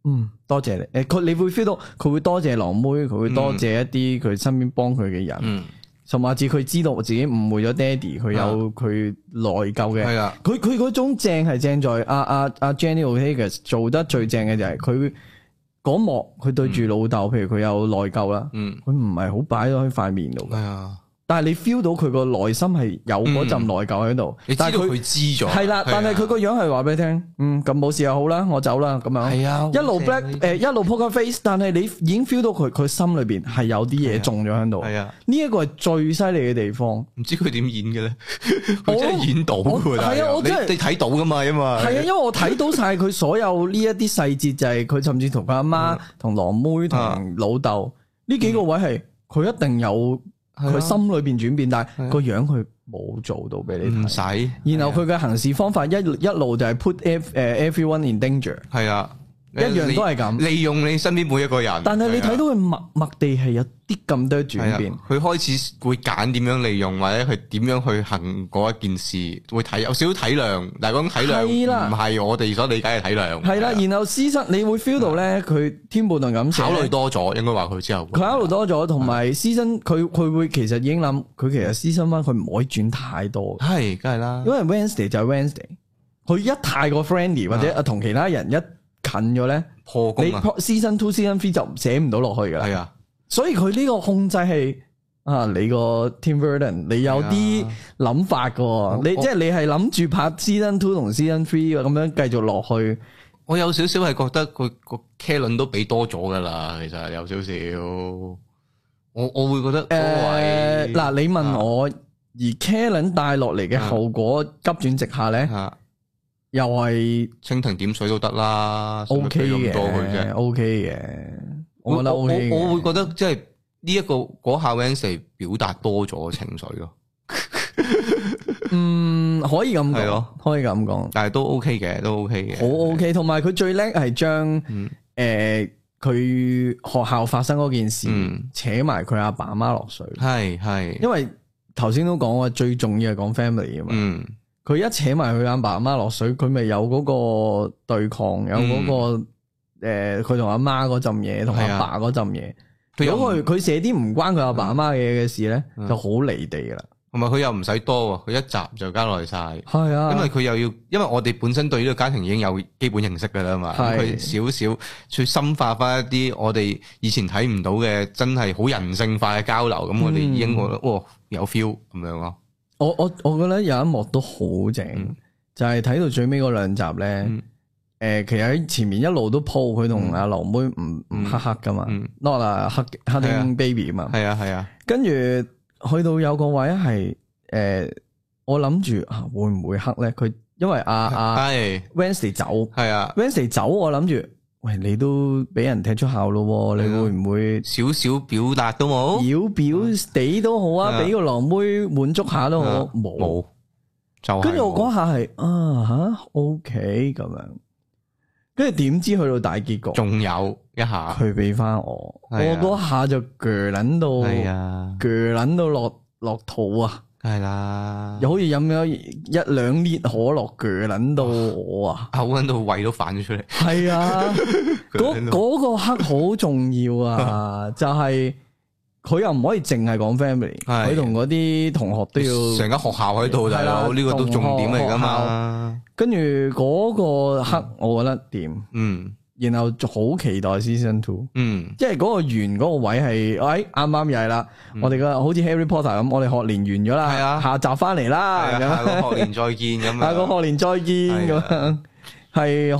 嗯，多謝你。誒，佢你會 feel 到佢會多謝狼妹，佢會多謝一啲佢身邊幫佢嘅人，
嗯，
甚至佢知道自己誤會咗爹哋，佢有佢內疚嘅。
啊係啊啦，
佢佢嗰種正係正在阿阿阿 Jenny O'Hagan 做得最正嘅就係佢嗰幕佢對住老豆，譬如佢有內疚啦，
嗯，
佢唔係好擺咗喺塊面度嘅，
係啊。
但係你 feel 到佢個內心係有嗰陣
嗯
內疚喺度，
你知道
但係
佢知咗，啊
係啦，但係佢個
個
樣係話俾你聽，嗯咁冇事又好啦，我走啦咁樣，
係啊，
一路
好
black
正
誒一路 poker face，但係你已經 feel 到佢佢心裏邊係有啲嘢中咗喺度，
係啊，
呢一個係最犀利嘅地方。
唔知佢點演嘅咧，
我
佢真係演到
我
㗎，
係
大
啊
佬
我真係
你你睇到噶嘛，因為
系啊，因為我睇到晒佢所有呢一啲細節，就係佢甚至同佢阿
嗯
媽、同狼妹、
啊
同老豆呢幾個位係佢一定有
係啊啊
佢心裏边轉變，但係個樣佢冇做到俾你
唔
睇。
使，
然後
啊
佢嘅行事方法一一路就係 put ev 誒 everyone in danger，
係啊，
一樣都係咁
利利用你身邊每一個人。
但係你
係啊
睇到佢默默地係有啲咁多轉變
係。啊佢開始會揀點樣利用，或者佢點樣去行嗰一件事，會睇有少少體諒，但係嗰種體
係
諒
啦
唔係我哋所理解嘅體諒。
係啦，
係啊嗯
然後私生你會 feel 到咧，佢天布頓咁寫
考慮嗯多咗，應該話佢之後。
佢考慮多咗，同埋私生佢佢會其實已經諗，佢其
嗯
實私生翻佢唔可以轉太多，
係，梗係啦
因。為 Wednesday 就係 Wednesday，佢一太過 friendly 或者同其他人一近咗咧，
破
你
啊功啊，
season two season three 就寫唔到落去噶啦。
係啊，
所以佢呢個控制係啊，你個 Tim Burton 你有啲
係啊
諗法噶喎，你即係你係諗住拍 season two 同 season three 咁樣繼續落去，
我有少少係覺得佢個 c a l e n 都俾多咗噶啦，其實有少少，我我會覺得
诶
嗰位
嗱，你問我而 Karen 帶落嚟嘅後果急轉直下咧，
啊
又係
蜻蜓點水都得啦
O
使
K
乜俾咁多佢啫
嘅。，O K 嘅，我覺得 O K
我我我會
嘅。
覺得即係呢一個嗰下 Wednesday 表達多咗情緒咯，
嗯，可以咁
係
講
咯，
可以咁講。
但係都 OK 嘅，都 OK 嘅。
好 OK，同埋佢最叻係將
嗯
誒呃佢學校發生嗰件事
嗯
扯埋佢阿爸阿媽落水，
係係，
因為頭先都講話最重要係講 family 啊嘛。
嗯
佢一扯埋佢阿爸阿媽落水，佢咪有嗰個對抗，有嗰、個誒佢同阿媽嗰陣嘢，同
嗯係啊
阿爸嗰陣嘢。
佢又
如
唔
果佢佢寫啲唔關佢阿爸阿媽嘅嘢嘅事咧，
嗯
就好離地噶啦。
同埋佢又唔使多喎，佢一集就加落嚟晒。
係啊，
因為佢又要，因為我哋本身對呢個家庭已經有基本認識㗎啦嘛，咁佢
係
少少去深化翻一啲我哋以前睇唔到嘅，真係好人性化嘅交流，咁我哋
嗯
已經覺得，哇，有 feel 咁樣咯。
我我我覺得有一幕都好正，
嗯
就係睇到最尾嗰兩集咧。
嗯
誒、其實喺前面一路都鋪佢同阿劉妹唔唔
嗯
黑黑噶嘛
嗯
，not 啊黑黑
係啊
丁 baby 啊嘛，
係啊，係啊，
跟住去到有個位係誒、我諗住啊會唔會黑咧？佢因為阿阿
係
Wednesday 走
係啊，
，Wednesday 走，我諗住喂你都俾人踢出校咯喎，你
係啊
會唔會
少少表達都冇，
妖表地都好
係
啊，
啊
俾個狼妹滿足下都好，冇。
冇，就係
跟住我
冇
嗰下係啊吓 OK 咁樣，跟住點知去到大結局。
仲有一下，
佢俾翻我，我
係啊
嗰下就鋸撚到，
係啊，
鋸撚到落落肚啊！
係啦，
又好似飲咗一兩列可樂，鋸撚到我啊！
口喺度胃都反咗出嚟，
係 啊，嗰
佢喺度
嗰個刻好重要啊！ 就係佢又唔可以淨係講 family，
係
佢同嗰啲同學都要
成，間學校喺度，大
係
佬
啦
呢個都重點嚟㗎
同學學
嘛，
跟住嗰個刻我覺得掂，
嗯
然後好期待 season two。
嗯。
即係嗰個圓嗰個位係，哎啱啱又係啦，我哋個好似 Harry Potter 咁，我哋學年完咗
嗯係
啦，
啊
下集翻嚟啦，
係啊，
咁樣
下個學年再見咁樣。啊
下個學年再見
係
咁
啊
樣，係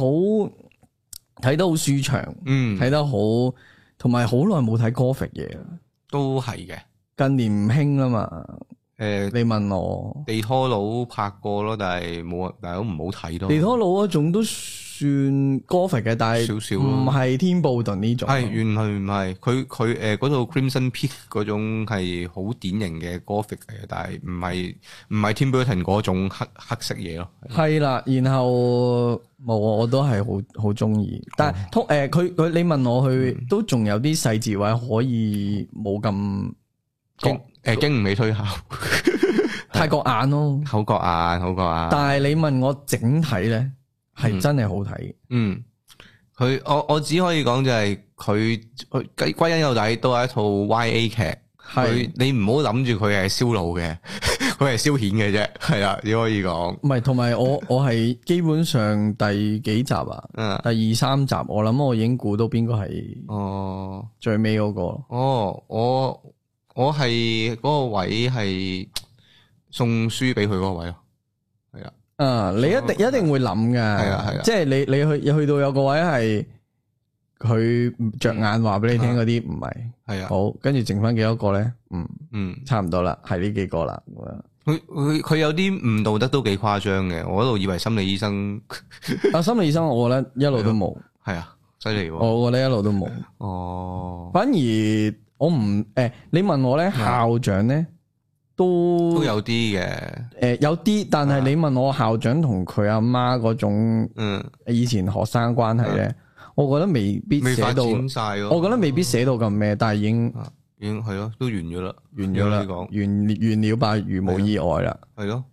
好睇得好舒暢，
嗯，
睇得好，同埋好耐冇睇 Gothic 嘢啦，
都係嘅。
近年唔興啦嘛，
诶，
你問我，
地拖佬拍過咯，但係冇啊，大佬唔好睇咯。
地拖佬嗰種都算 Gothic 嘅，但係
少少咯
唔係天布頓呢種，
係原來唔係佢佢诶嗰套 Crimson Peak 嗰種係好典型嘅 Gothic 嚟嘅，但係唔係唔係 Tim Burton 嗰種黑黑色嘢咯。
系啦，然後冇啊，我都係好好中意，但係通诶，佢佢你問我佢都仲有啲細節位可以冇咁
經诶经唔起推敲，
太過眼咯，
口角眼口角眼。
但係你問我整體咧，係真係好睇，
嗯，佢我我只可以講就係佢佢歸歸根究底都係一套 YA 劇。
係
佢你唔好諗住佢係燒腦嘅， 佢係消遣嘅啫，係啦，只可以講，
唔係同埋我我係基本上第幾集啊，
嗯，
第二三集，我諗我已經估到邊個係
哦，
最尾嗰個咯，
哦，我我係嗰個位係送書俾佢嗰個位咯，啊係啦，
啊，你一定一定會諗㗎，係
啊係啊
即係你你去去到有個位係佢着眼話俾你聽嗰啲唔係。
係嗯啊，
好，跟住剩翻幾多個咧？嗯，
嗯，
差唔多啦，係呢幾個啦。咁 樣
佢佢佢有啲唔道德都幾誇張嘅，我一度以為心理醫生
啊，心理醫生我覺得一路都冇，
係啊，犀利喎，
我覺得一路都冇。
哦，
反而我唔誒、你問我咧，校長咧都
嗯都有啊啲嘅，
诶有啲，但係你問我校長同佢阿媽嗰種
嗯，
以前學生關係咧，我覺得未必
啊未
寫
發
到，
展晒咯。
我覺得未必寫到咁咩，但係已經
已經係咯，都完咗啦，
完咗啦，
應該講
完完了吧，如無意外啦，
係咯。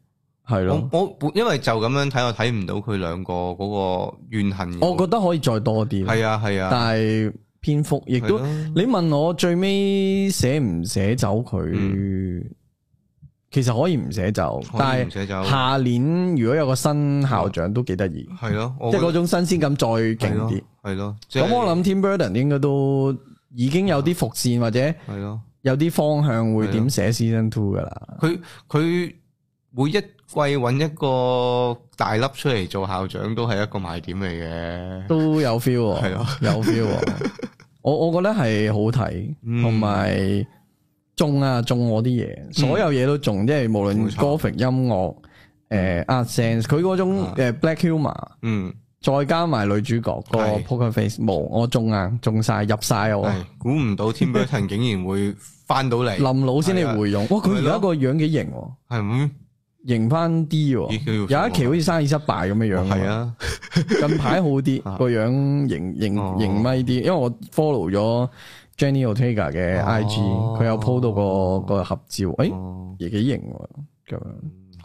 係咯
我。我本因為就咁樣睇，我睇唔到佢兩個嗰個怨恨。
我覺得可以再多啲，
係啊係啊，
但係篇幅亦都
係，咯
你問我最尾寫唔寫走佢，其嗯實可以唔寫走，
可以
但
唔
係
寫走
下年如果有個新校長都幾得意，
係咯，我
即係
覺
嗰
得
種新鮮感再勁啲。
係咯，即係
咁我諗 Tim Burton 應該都已經有啲伏線或者
係咯。
有啲方向會
係咯
點寫 Season Two 噶啦。
佢佢每一季揾一個大粒出嚟做校長，都係一個賣點嚟嘅。
都有 feel 喎，
係啊咯
有 feel 喎。我我覺得係好睇，
嗯
同埋中啊中我啲嘢，所有嘢都中，即係無論
冇
g r
錯嗯
p h i c 音樂、誒 art sense，佢嗰種
啊
誒 black humor，
嗯，
再加埋女主角個
係
poker face，冇我中啊，中晒入晒啊我。
係估唔到 Tim Burton 竟然會翻到嚟，係
林老先至
係啊
回勇，哇！佢而
咪
家
咯
個樣幾型喎，
咁
型翻啲喎。
咦佢
有
要啊
一期好似生意失敗咁嘅樣。
係，啊，
近排好
啊
啲，個樣型
哦
型型咪啲，因為我 follow 咗 Jenny Ortega 嘅
哦
IG，佢有 po 到個個合照，誒
哦嗯
亦幾型喎，咁樣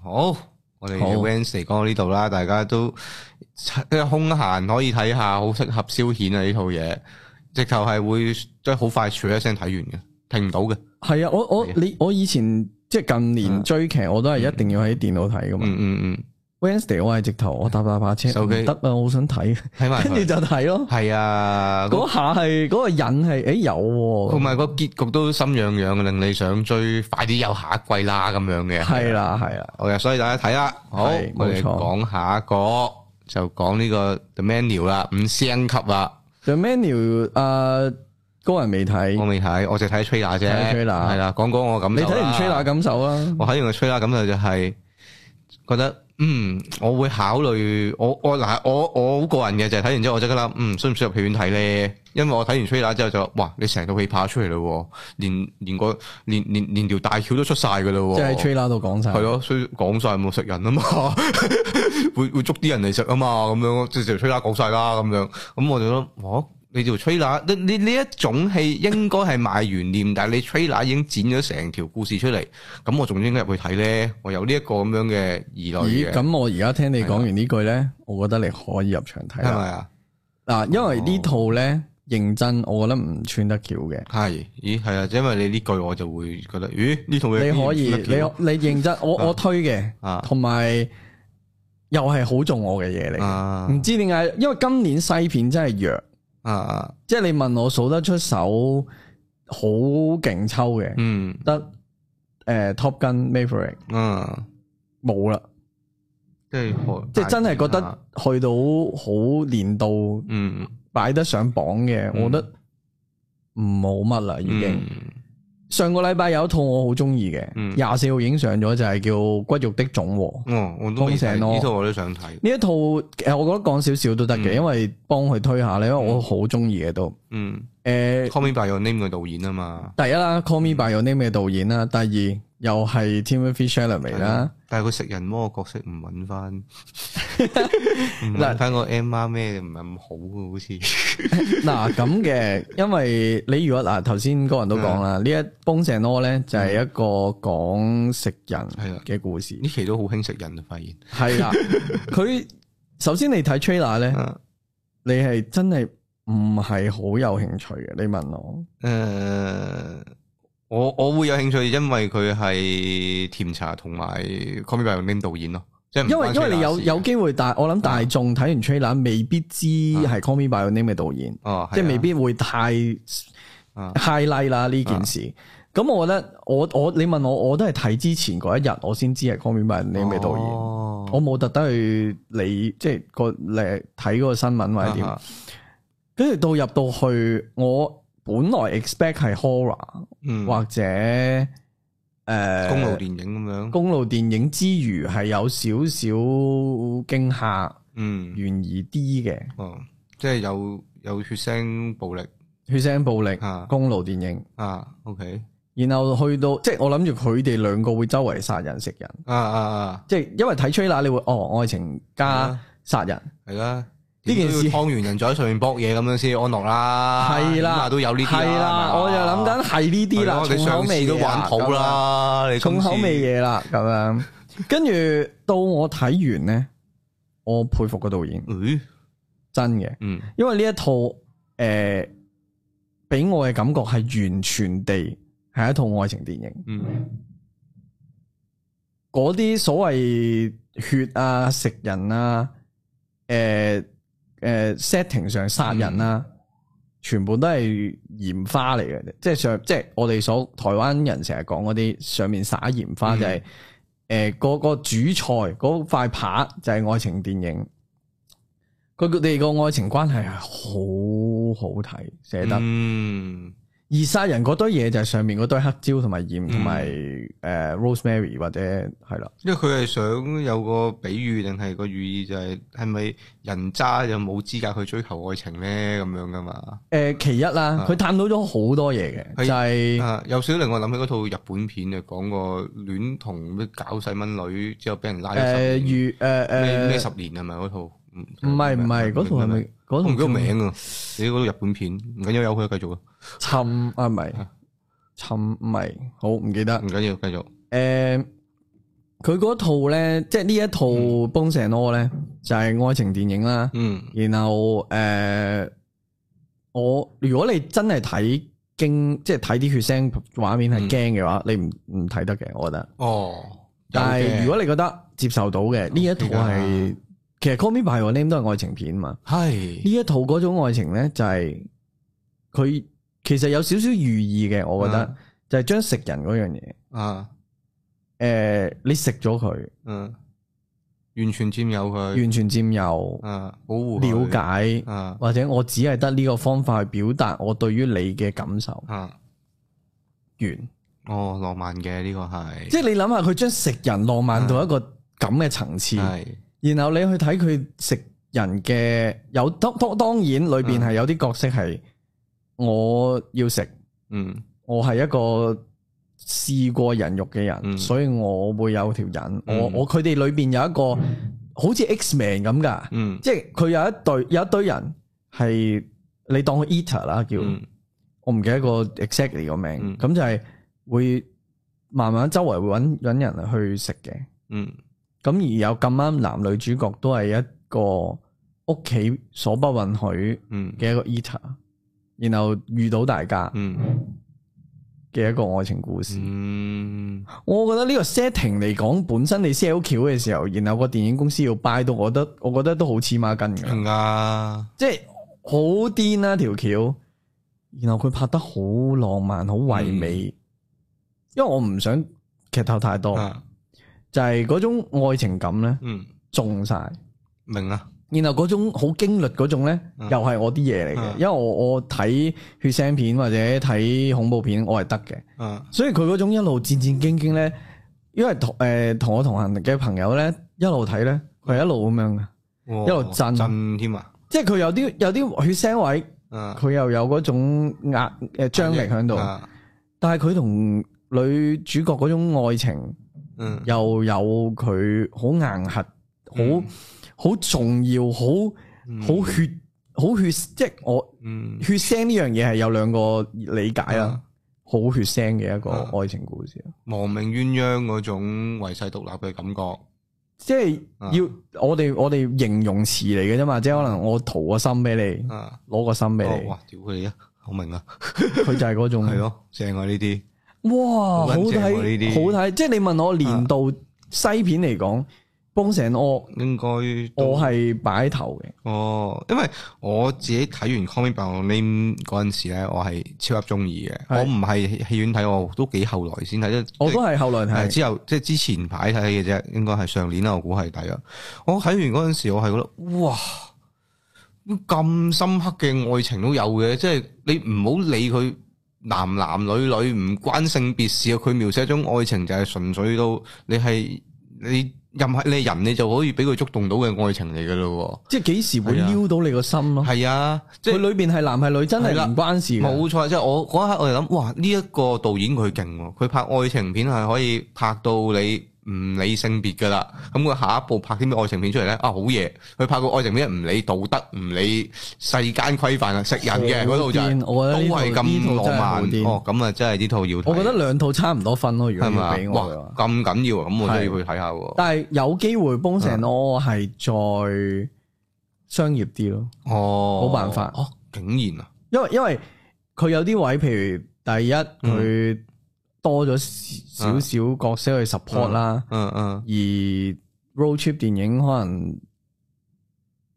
好，我哋
好
Wednesday 講到呢度啦，大家都 空閒可以睇下，好適合消遣啊！呢套嘢直頭係會即係好快，唰一聲睇完嘅，停唔到嘅。
係啊，我我
係啊
你我以前即係近年追劇，我都係一定要喺電腦睇噶嘛
嗯。嗯
Wednesday 我係直頭我搭搭把車，
手機
唔得啊，我好 想睇，
嗯，睇埋
跟住
佢
就睇咯。
係啊，
嗰下係嗰個癮係，誒有
同
喎，
埋個結局都心癢癢，令你想追快啲有下一季啦咁樣嘅。啊
係啦係啦，
好嘅，所以大家睇啦。好，
係
我
冇
哋
錯
講下一個，就講呢個 The Menu 啦，五星級啦。
The Menu 啊，高人未睇
我，未睇，我就睇 trailer 啫。
睇 trailer
係啦，講講我感
你
受
睇
啦。
完 trailer 感受啦。
我睇完個 trailer 感受就係覺得，嗯，我會考慮我我嗱我我好個人嘅就係睇完之後我即刻諗，嗯，需唔需要入戲院睇咧？因為我睇完 trailer 之後就，哇！你成套戲拍出嚟咯喎，連連個連連連條大橋都出晒噶咯喎，
即係喺啊 trailer 度講晒
係。咯，所以講晒冇食人啊嘛， 會會捉啲人嚟食啊嘛，咁樣即係條吹啦講晒啦咁樣，咁我就諗，哇！你條吹啦，你你呢一種戲應該係賣懸念，但係你吹啦已經剪咗成條故事出嚟，咁我仲應該入去睇咧？我有呢一個咁樣嘅疑慮
咦，
嘅，
咁我而家聽你講完呢句呢，我覺得你可以入場睇
啊係
啦。
咪啊？
嗱，因為呢套呢，認真，我覺得唔穿得橋嘅。
係，咦係啊，因為你呢句我就會覺得，咦呢套嘢
你可以，
邊有得
你你認真，我我推嘅
啊，
同埋又係好中我嘅嘢
跳
嚟。
啊
唔知點解，因為今年西片真係弱，
啊啊
即係你問我數得出手好勁抽嘅，
嗯
得誒 Top Gun Maverick
嗯，
冇啦，
即係
即係真係覺得去到好年度
嗯
擺得上榜嘅，
嗯
我覺得冇乜啦，已經。
嗯
上個禮拜有一套我好中意嘅，
嗯
廿四號影上咗就係叫《骨肉的總和》
哦，我都未
封神
睇
咯
呢套，我都想睇。
呢一套，誒我覺得講少少都得嘅，
嗯
因為幫佢推下咧，因為我好中意嘅都。
嗯
誒、
，Call Me by Your Name 嘅導演啊嘛，
第一啦，《Call Me by Your Name》嘅導演啦，第二又係 Timothy Chalamet 啦，
但係佢啊食人魔個角色唔揾翻， 唔揾翻個 M R 咩唔係咁好嘅，好似
嗱咁嘅，因為你如果嗱頭先嗰人都講
嗯
啦，呢一《崩成羅》咧就係一個講食人
係啊
嘅故事。
呢期都好興食人啊！發現
系啦，佢首先你睇 trailer 咧，
啊
你係真係唔係好有興趣嘅。你問我，
誒，呃我我會有興趣，因為佢係甜茶同埋 Call Me by Your Name 導演咯，即係唔
因為
關
因為你有
Taylor 事啊
有機會大，我諗大眾睇完 trailer 未必知
啊
係 Call Me by Your Name 嘅導演，
哦，
即係未
必
必會太
啊
highlight 啦呢件事。咁我覺得我我你問我，我都係睇之前嗰一日我先知係 Call Me by Your Name 嘅導演，
我
我冇特登去理即係個誒睇嗰個新聞或者
啊
點。跟住到入到去，我本來 expect 係 horror
嗯，
或者誒、呃
公路電影咁樣，
公路電影之餘係有少少驚嚇
嗯，
懸疑啲嘅
哦，即係有有血腥暴力
血腥暴力
啊
公路電影。
啊，OK，
然後去到即係我諗住佢哋兩個會周圍殺人食人，
啊啊啊，
即係因為睇 trailer 你會哦愛情加
啊
殺人，
係啦。
呢件事
汤圆人在上面搏嘢咁樣先安樂啦，
係
起
啦
碼，都有呢啲啊
係
係
啦，
嘛
我就諗緊係呢啲
係
啦，
咯你
重口
上
味
次都玩
嘢啦
好
咁樣
啦，你
重口味
嘢
嘢啦，咁樣。跟住到我睇完呢，我佩服個導演，，
咦
真嘅，
嗯
因為呢一套誒俾、我嘅感覺係完全地係一套愛情電影，
嗯
嗰啲所謂血啊、食人啊、誒、誒、setting 上殺人啊，全部都係鹽花嚟嘅，即係上即係我哋所台灣人成日講嗰啲上面撒鹽花
嗯
就係、誒嗰個主菜嗰塊扒就係愛情電影，佢佢哋個愛情關係係好好睇寫得，
嗯
而殺人嗰堆嘢就係上面嗰堆黑椒同埋鹽同埋誒 rosemary 或者係啦，
因為佢係想有個比喻，定係個寓意就係係咪人渣就冇資格去追求愛情咧咁樣噶嘛？
誒、呃其一啦，
啊
佢探到咗好多嘢嘅，
係
就係、
啊，有少令我諗起嗰套日本片，就講個戀童咩搞細蚊女之後俾人拉咗
誒
啊十年
如誒誒
咩咩十年係咪嗰套？
呃唔係唔係嗰套係咪嗰
我
套
唔記得
叫
名啊！你嗰套日本片唔緊要，有佢繼續啊，
沉啊唔係沉唔係好唔記得
唔緊要繼續。
誒佢嗰套咧，即係呢一套《Bones and All》咧，就係愛情電影啦。
嗯
然後誒、呃我如果你真係睇驚，即係睇啲血腥畫面
嗯
係驚嘅話，你唔唔睇得嘅，我覺得。
哦，
但
有嘅哦
係如果你覺得接受到嘅呢一套
OK 㗎
係，其實《Call Me by Your Name》都係愛情片嘛。呢
係
一套嗰種愛情呢，就係佢其實有少少寓意嘅，我覺得
嗯
就係將食人嗰樣嘢，
啊
诶、你食咗佢，
嗯，完全佔有佢，
完全佔有、
啊保護佢
了解，
啊
或者我只係得呢個方法去表達我對於你嘅感受。
啊
完，
哦浪漫嘅呢個係
即係你諗下，佢將食人浪漫到一個咁嘅層次，
嗯係
然後你去睇佢食人嘅有當當當然裏邊係有啲角色係我要食。
嗯
我係一個試過人肉嘅人，
嗯
所以我會有條癮。
嗯
我我佢哋裏邊有一個好似 X-Man 咁噶，
嗯
即係佢有一隊有一堆人係你當佢 Eater 啦，叫、
嗯
我唔記得個 exactly 個名，
嗯
咁、就係會慢慢周圍揾揾人去食嘅。
嗯
咁而有咁啱男女主角都係一個屋企所不允許
嗯
嘅一個 Eater，然後遇到大家
嗯
嘅一個愛情故事。
嗯
我覺得呢個 setting 嚟講，本身你 sell 橋嘅時候，然後個電影公司要 buy 到，我覺得我覺得都好黐孖筋嘅，
係啊
即係好癲啦條橋。然後佢拍得好浪漫，好唯美。因為我唔想劇透太多，
嗯啊
就係嗰種愛情感咧
嗯
中晒。
明啊啦
然後嗰種好經歷嗰種咧，
嗯
又係我啲嘢嚟嘅。
嗯
因為我我睇血腥片或者睇恐怖片，我係得嘅。
啊
所以佢嗰種一路戰戰兢兢咧，因為同誒同我同行嘅朋友咧，一路睇咧，佢係一路咁樣嘅，
一
一路震
震添啊
即係佢有啲有啲血腥位，
啊
佢又有嗰種壓誒張力喺度，
啊
但係佢同女主角嗰種愛情
嗯
又有佢好硬核，好
嗯
好重要，好好血好血，即係我
嗯
血腥呢樣嘢係有兩個理解啦
啊，
好血腥嘅一個
啊
愛情故事。
亡命鴛鴦嗰種遺世獨立嘅感覺
即係
啊
要、我哋我哋形容詞嚟嘅啫嘛，即係可能我掏個心俾你，
啊
攞個心俾
哦
你
哇，屌佢哋啊我明啦
佢就係嗰種。
係，咯正啊呢啲
哇，
好
好
撚
睇
正喎呢啲啊
好睇，即係你問我年度西片嚟講，幫成我
應該都
我係擺頭嘅，
哦，因為我自己睇完《Call Me by Your Name》嗰陣時咧，我係超級中意嘅。
係
我唔係戲院睇，我都幾後來先睇，即係
我都係後來
係
睇。
之後即係之前排睇嘅啫，應該係上年啦，啊我估係大約。我睇完嗰陣時，我係覺得哇，咁深刻嘅愛情都有嘅，即係你唔好理佢男男女女，唔關性別事啊。佢描寫一種愛情就係純粹到你係你任係你人，你就可以俾佢觸動到嘅愛情嚟噶咯
即係幾時會撩到你個心咯
喎。？啊係啊，即
佢
係
裏邊係男係女真係
係啦
唔關事嘅，
冇錯，即係我嗰一刻我哋諗，哇！呢一個導演佢勁喎，佢拍愛情片係可以拍到你唔理性別噶啦。咁佢下一步拍啲咩愛情片出嚟咧？啊，好嘢！佢拍個愛情片唔理道德，唔理世間規範啊，食人嘅嗰度就係
好癲我
都
覺哦得呢套
係咁浪漫
呢套真係好癲
哦。咁啊，真係呢套要睇，
我覺得兩套差唔多分咯。如果
係
要俾
咪啊？
我
哇
嘅話，，
咁緊要啊！咁我都要去睇下喎。
但係有機會幫成我係再商業啲咯，
哦，
冇辦法
哦，竟然啊，
因為因為佢有啲位，譬如第一佢
嗯
多咗少少少角色去 support 啦，
嗯嗯，
而 road trip 電影可能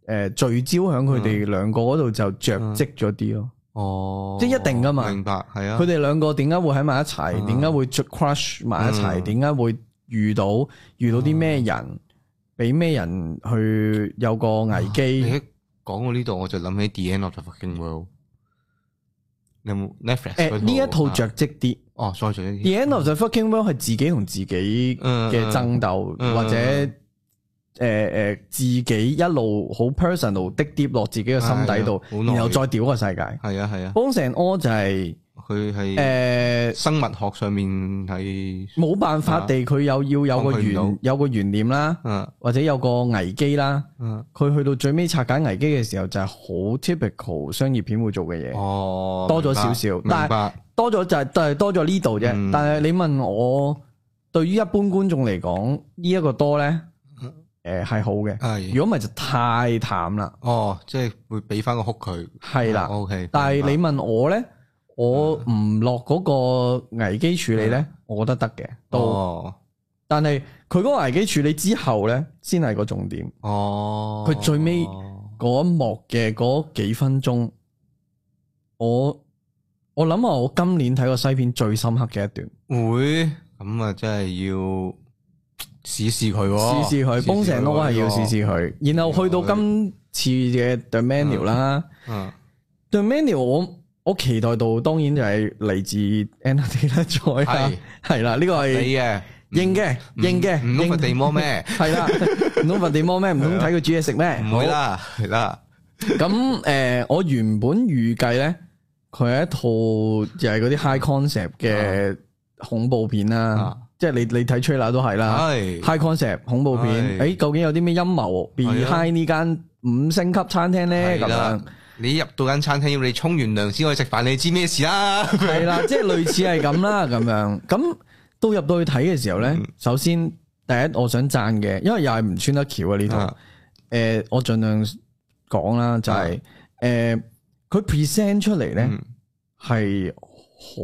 诶、呃聚焦喺佢哋
嗯
兩個嗰度就着跡咗啲咯。
哦，
即係一定㗎嘛
明白係啊，
佢哋兩個點解會喺埋一齊？
嗯
點解會 crush 埋一齊？
嗯
點解會遇到遇到啲咩人？俾咩人去有個危
你
機？
一講到呢度，我就諗起《The End of the Fucking World》。你有冇 Netflix 嗰啊
誒呢一套着跡啲。
哦，再做一
The
啲。
end of the fucking world 係自己同自己
嗯
嘅爭鬥，
嗯
或者誒誒自己一路好 personal 的跌落自己嘅心底度，
係啊好耐
然後再屌個世界。
係啊係啊，
幫成 all 就係
佢係
哦誒
生物學上面係
冇辦法地，佢有要有個
抗拒唔到
懸有個懸念啦，
嗯
或者有個危機啦。
嗯
佢去到最尾拆解危機嘅時候，就係好 typical 商業片會做嘅嘢。
哦，
多咗
明白
少少
明
但係
白
多咗就係但係多咗呢度啫。
嗯
但係你問我，對於一般觀眾嚟講，呢、一個多咧，誒係好嘅。
係
如果唔係就太淡啦，
哦，即係會俾翻個哭佢哦
係啦。
O K，
但係你問我咧，我
嗯
唔落嗰個危機處理咧，我覺得得嘅。都，
哦
但係佢嗰個危機處理之後咧，先係個重點。
哦，
佢最尾嗰一幕嘅嗰幾分鐘，我我諗啊，我今年睇過西片最深刻嘅一段。
會咁啊，真係要試試佢喎，
試試佢，崩成屋係要試試佢。然後去到今次嘅 The Menu 啦
嗯。
，The Menu 我我期待到當然就係嚟自 Anthony 啦 Joy 啦
係，
係啦，呢個
你啊
係
嘅
應嘅，應嘅，
唔通
應
佛地魔咩？
係啦，唔通佛地魔咩？唔通睇佢煮嘢食咩？
唔會啦，係啦，
好。咁誒，我原本預計咧，佢係一套就係嗰啲 high concept 嘅恐怖片啦
啊，
即係你你睇 trailer 都係啦。
係
high concept 恐怖片，
係
誒究竟有啲咩陰謀
係啊
behind 呢間五星級餐廳咧？咁
係啦
樣
你入到間餐廳要你沖完涼先可以食飯，你知咩事啦？
係啦，即係類似係咁啦，咁樣咁到入到去睇嘅時候
嗯
咧，首先第一我想讚嘅，因為又係唔穿得橋啊呢套，誒我盡量講啦，就
啊
係誒佢 present 出嚟咧
嗯
係好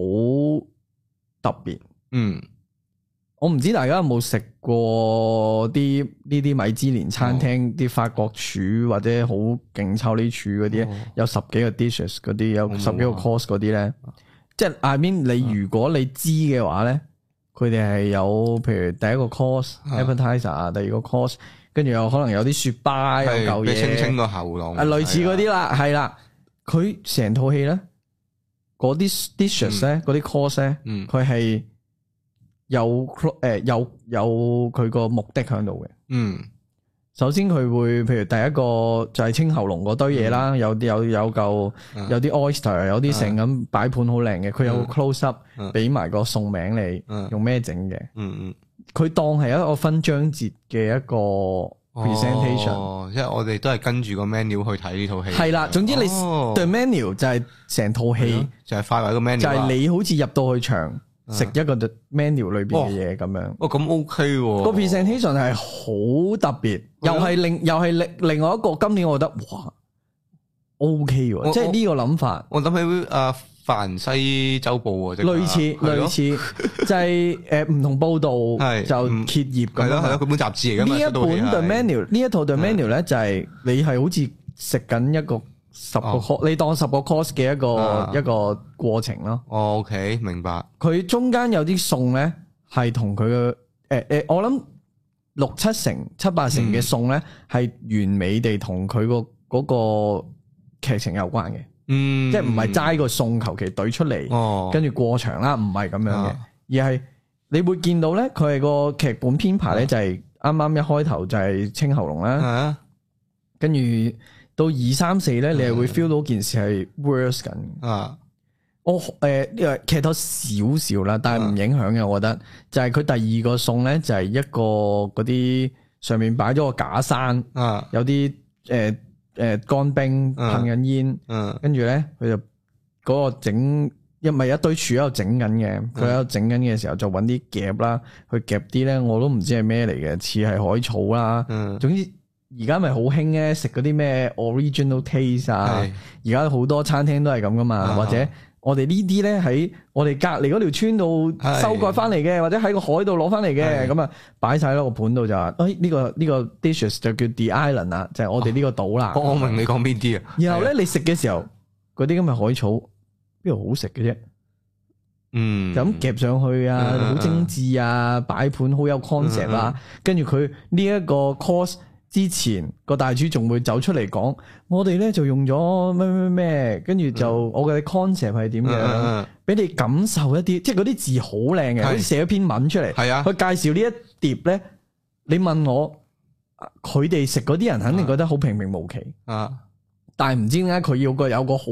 特別。
嗯，
我唔知大家有冇食過啲呢啲米芝蓮餐
哦
廳啲法國廚或者好勁抽呢廚嗰啲咧，有十幾個 dishes 嗰啲，有
哦我冇
十幾個
啊
course 嗰啲咧，即係 I mean 你如果你知嘅話咧，佢哋係有譬如第一個 course
啊
appetizer，第二個 course，跟住有可能有啲雪巴有
係
嚿
俾清清
嘢，
個喉嚨，
啊類似嗰啲啦，係啦，佢成套戲咧，嗰啲 dishes 咧，嗰啲 course 咧。
嗯，
佢係有誒有有佢個目的喺度嘅。
嗯
首先佢會譬如第一個就係清喉嚨嗰堆嘢啦，有啲有有嚿
嗯
有啲 oyster 有啲成咁擺盤好靚嘅，佢有
嗯
close up
嗯
俾埋個餸名你
嗯，
用咩整嘅，
嗯嗯
佢當係一個分章節嘅一個 presentation。
哦即係我哋都係跟住個 menu 去睇呢套戲，
係啦，總之你
哦
the menu 就係成套
係
戲
咯，就係快位個 menu，
就係
啦，
你好似入到去場食一個 menu 裏邊嘅嘢咁樣。
哦咁 OK 喎，
個 presentation 係好特別，又係另又係另另外一個今年我覺得哇 O K
我
喎，即係呢個諗法
我諗起阿凡西周報喎，即刻
類似
係咯
類似就係誒唔同報道
係
就
嗯
揭頁咁
係咯係
樣
咯，。佢本雜誌嚟㗎嘛，
呢一
出到嚟
本
係
the menu 呢一套 the menu 咧就係你係好似食緊一個十個
哦
course，你當十個 course 嘅一個
啊
一個過程咯。
哦，OK，明白，
佢中間有啲餸咧係同佢嘅誒誒，我諗六七成、七八成
嗯
嘅餸咧係完美地同佢個嗰個劇情有關嘅，
嗯，
即係唔係齋個餸求其懟出嚟，
哦，
跟住過場啦，唔係咁樣嘅
啊，
而係你會見到咧，佢係個劇本編排咧就係啱啱一開頭就係清喉嚨啦，
啊，
跟住到二三四咧，你係會 feel 到件事係 worse 緊。
啊，
我誒呢個劇透少少啦，但係唔影響嘅，我覺得就係佢第二個餸咧，就係一個嗰啲上面擺咗個假山，
啊，
有啲誒誒乾冰
嗯
噴緊煙，
嗯，
跟住咧佢就嗰個整一咪一堆柱喺度整緊
嗯
嘅，佢喺度整緊嘅時候就揾啲夾啦，去夾啲咧我都唔知係咩嚟嘅，似係海草啦，
嗯，
總之而家咪好興咧食嗰啲咩 original taste 啊。
係，
而家好多餐廳都係咁噶嘛，
啊
或者我哋呢啲咧喺我哋隔離嗰條村度
係
收割翻嚟嘅，或者喺個海度攞翻嚟嘅，
係
咁啊擺晒喺個盤度就話，誒呢個呢個 dishes 就叫 the island 啦，就係我哋呢個島啦
我。哦我明你講邊啲啊，
然後咧你食嘅時候，嗰啲咁嘅海草邊度好食嘅啫？
嗯，
就咁夾上去啊，
嗯
好精緻啊，擺盤好有 concept 啊，跟住佢呢一個 course 之前個大廚仲會走出嚟講，我哋咧就用咗咩咩咩，跟住就我嘅 concept 係點
嗯
樣，
嗯
俾你感受一啲，即係嗰啲字好靚嘅，
係
好似寫咗篇文出嚟，
係啊
佢介紹呢一碟咧，你問我，佢哋食嗰啲人肯定覺得好平平無奇。
嗯啊，
但係唔知點解佢要個有個好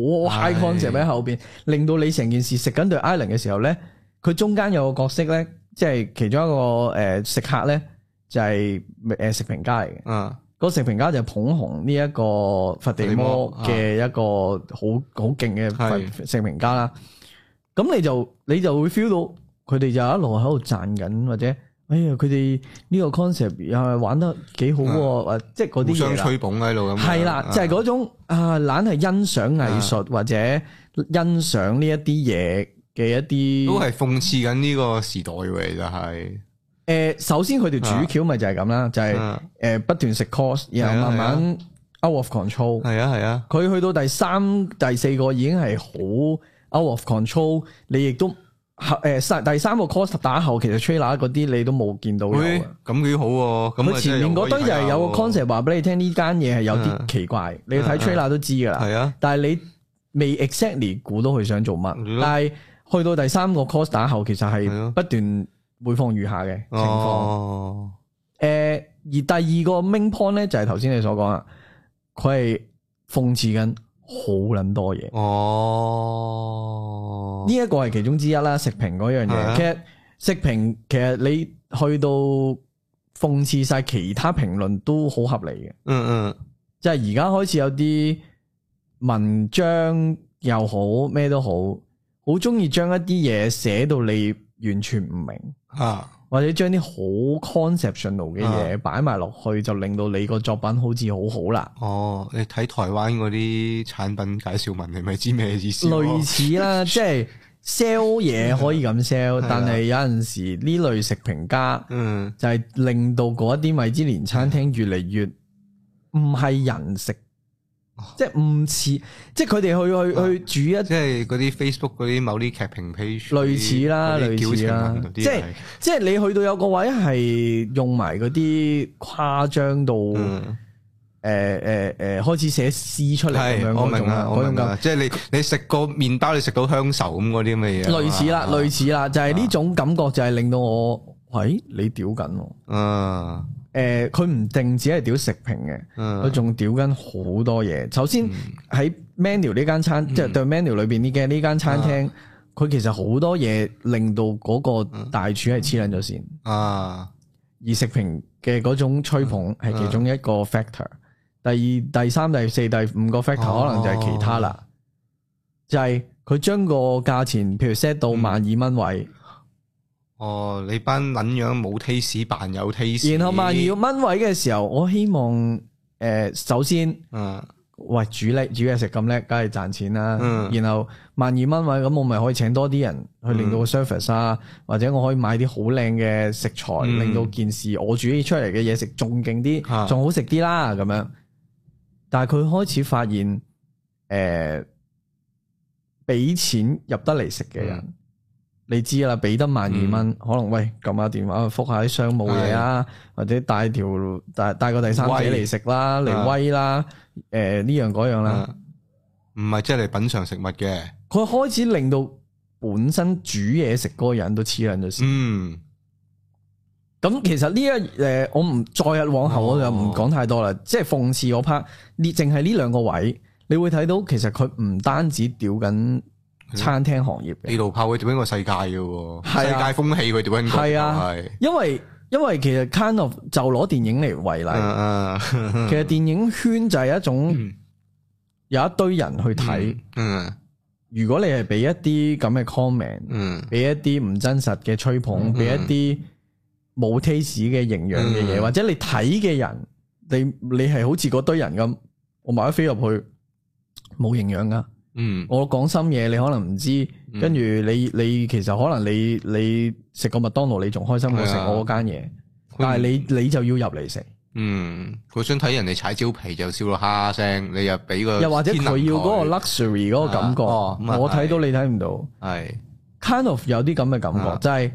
係
high concept 喺後邊，令到你成件事食緊對 island 嘅時候咧，佢中間有個角色咧，即係其中一個誒、呃食客咧，就係、誒、食評家嚟嘅。
嗯，
嗰個食評家就係捧紅呢一個佛地
佛地
魔
魔
嘅一個好好勁嘅佛
係
食評家啦。咁你就你就會 feel 到佢哋就一路喺度賺緊，或者哎呀佢哋呢個 concept 又係玩得幾好喎，或即係嗰
互
啲
相
嘢啦。
吹捧喺度咁樣，啊
係啦，就係嗰種啊，懶係欣賞藝術或者欣賞呢一啲嘢嘅一
都
啲。
係諷刺緊呢個時代嘅，其實係，
誒，首先佢條
啊
主橋咪就係咁啦，就係
嗯
誒不斷食 course，然
係
後
啊
慢慢 out of control。
係啊係啊，
佢去到第三、第四個已經係好 out of control，你亦都誒第三個 course 打後，其實 trailer 嗰啲你都冇見到有
喂
嘅。，
咁幾好喎，咁
佢
啊
前面嗰堆就係有個 concept 話俾你聽，呢間嘢係有啲
嗯
奇怪，你睇
嗯嗯
trailer 都知㗎啦。
係啊，
但係你未 exactly 估到佢想做
係
乜，
咯
但係去到第三個 course 打後，其實
係
係
咯
不斷每況愈下嘅情況。
哦，
誒、而第二個 main point 咧，就係頭先你所講啦，佢係諷刺緊好撚多嘢。
哦，
呢一個係其中之一啦，食評嗰樣
係啊
嘢。其實食評其實你去到諷刺晒其他評論都好合理嘅。
嗯
即係而家開始有啲文章又好咩都好，好中意將一啲嘢寫到你完全唔明，
嗯，啊，
或者將啲好 conceptual 嘅嘢擺埋落去，就令到你個作品好似好好啦，
哦，你睇台灣嗰啲產品介紹文，你咪知咩意思咯？
類 似啦，即係 sell 嘢可以咁 sell，
係啊
但係有陣時呢類食評家
嗯，
就係令到嗰一啲米芝蓮餐廳越嚟越唔係人食。即係唔似，即係佢哋去去去煮一
即係嗰啲 Facebook 嗰啲某啲劇評 page，
類似啦，
嗰啲
類似啦
矯情文嗰，啲
即係即係你去到有個位係用埋嗰啲誇張到誒
嗯
誒誒開始寫詩出嚟咁樣
係，我
嗰
明
種啦
啦，，我明
嗰
啊
種
啦，
感
即係你你食個麵包，你食到香愁咁嗰啲咁嘅嘢，
類似啦，
啊
類，似啦，就係呢種感覺就係令到我，喂，你屌緊我，
嗯
誒，佢唔定只係屌食評嘅。佢
嗯，
仲屌緊好多嘢。首先喺 menu 呢間餐，
嗯
即係對 menu 裏邊呢嘅呢間餐廳，
啊
佢其實好多嘢令到嗰
嗯
個大廚係黐撚咗線。
啊，
而食評嘅嗰種吹捧係其中一個 factor。第二、第三、第四、第五個 factor
哦
可能就係其他啦，就係佢將個價錢譬如 set 到萬二蚊位，
哦，你班撚樣冇 taste 扮有 taste，
然後萬二蚊位嘅時候，我希望誒、呃首先。
嗯，
喂，煮叻煮嘢食咁叻，梗係賺錢啦。
嗯
然後萬二蚊位，咁我咪可以請多啲人去
嗯
令到個 service 啊，或者我可以買啲好靚嘅食材，
嗯
令到件事我煮出嚟嘅嘢食仲勁啲，
啊
仲好食啲啦咁樣。但係佢開始發現，誒、俾錢入得嚟食嘅人，
嗯
你知啦，俾得萬二蚊，可能喂撳下電話去覆下啲商務嘢啊，或者帶條帶帶個第三者
威
嚟食啦，嚟
啊
威啦。誒呃呢樣嗰樣啦，
嗯唔係即係嚟品嚐食物嘅，
佢、開始令到本身煮嘢食嗰個人都黐撚咗線，
嗯，
咁其實呢一誒，我唔再往後我就唔講太
嗯
多啦。即係諷刺嗰 part，呢淨係呢兩個位，你會睇到其實佢唔單止
嗯
屌緊餐廳行業嘅，
地道炮佢屌緊個世界嘅喎，
係
世
啊
界風氣佢屌緊個，
係啊
係，
因為因為其實 kind of 就攞電影嚟為例，
嗯 嗯
其實電影圈就係一種、有一堆人去睇。
嗯
如果你係俾一啲咁嘅 comment，
嗯
俾一啲唔真實嘅吹捧，
嗯
俾一啲冇 taste 嘅營養嘅嘢，
嗯
或者你睇嘅人，你你係好似嗰堆人咁，我買咗飛入去冇營養噶。
嗯
我講深嘢，你可能唔知，
嗯
跟住你你其實可能你你食個麥當勞，你仲開心過食
係啊
我嗰間嘢，
佢
但係你你就要入嚟食，
嗯，佢想睇人哋踩蕉皮就笑到哈聲，你又俾個
又或者
天能
佢要嗰個
佢
luxury 嗰個感覺，
啊哦咁啊
我睇
係
到你睇唔到
係
，kind of 有啲咁嘅感覺
啊，
就係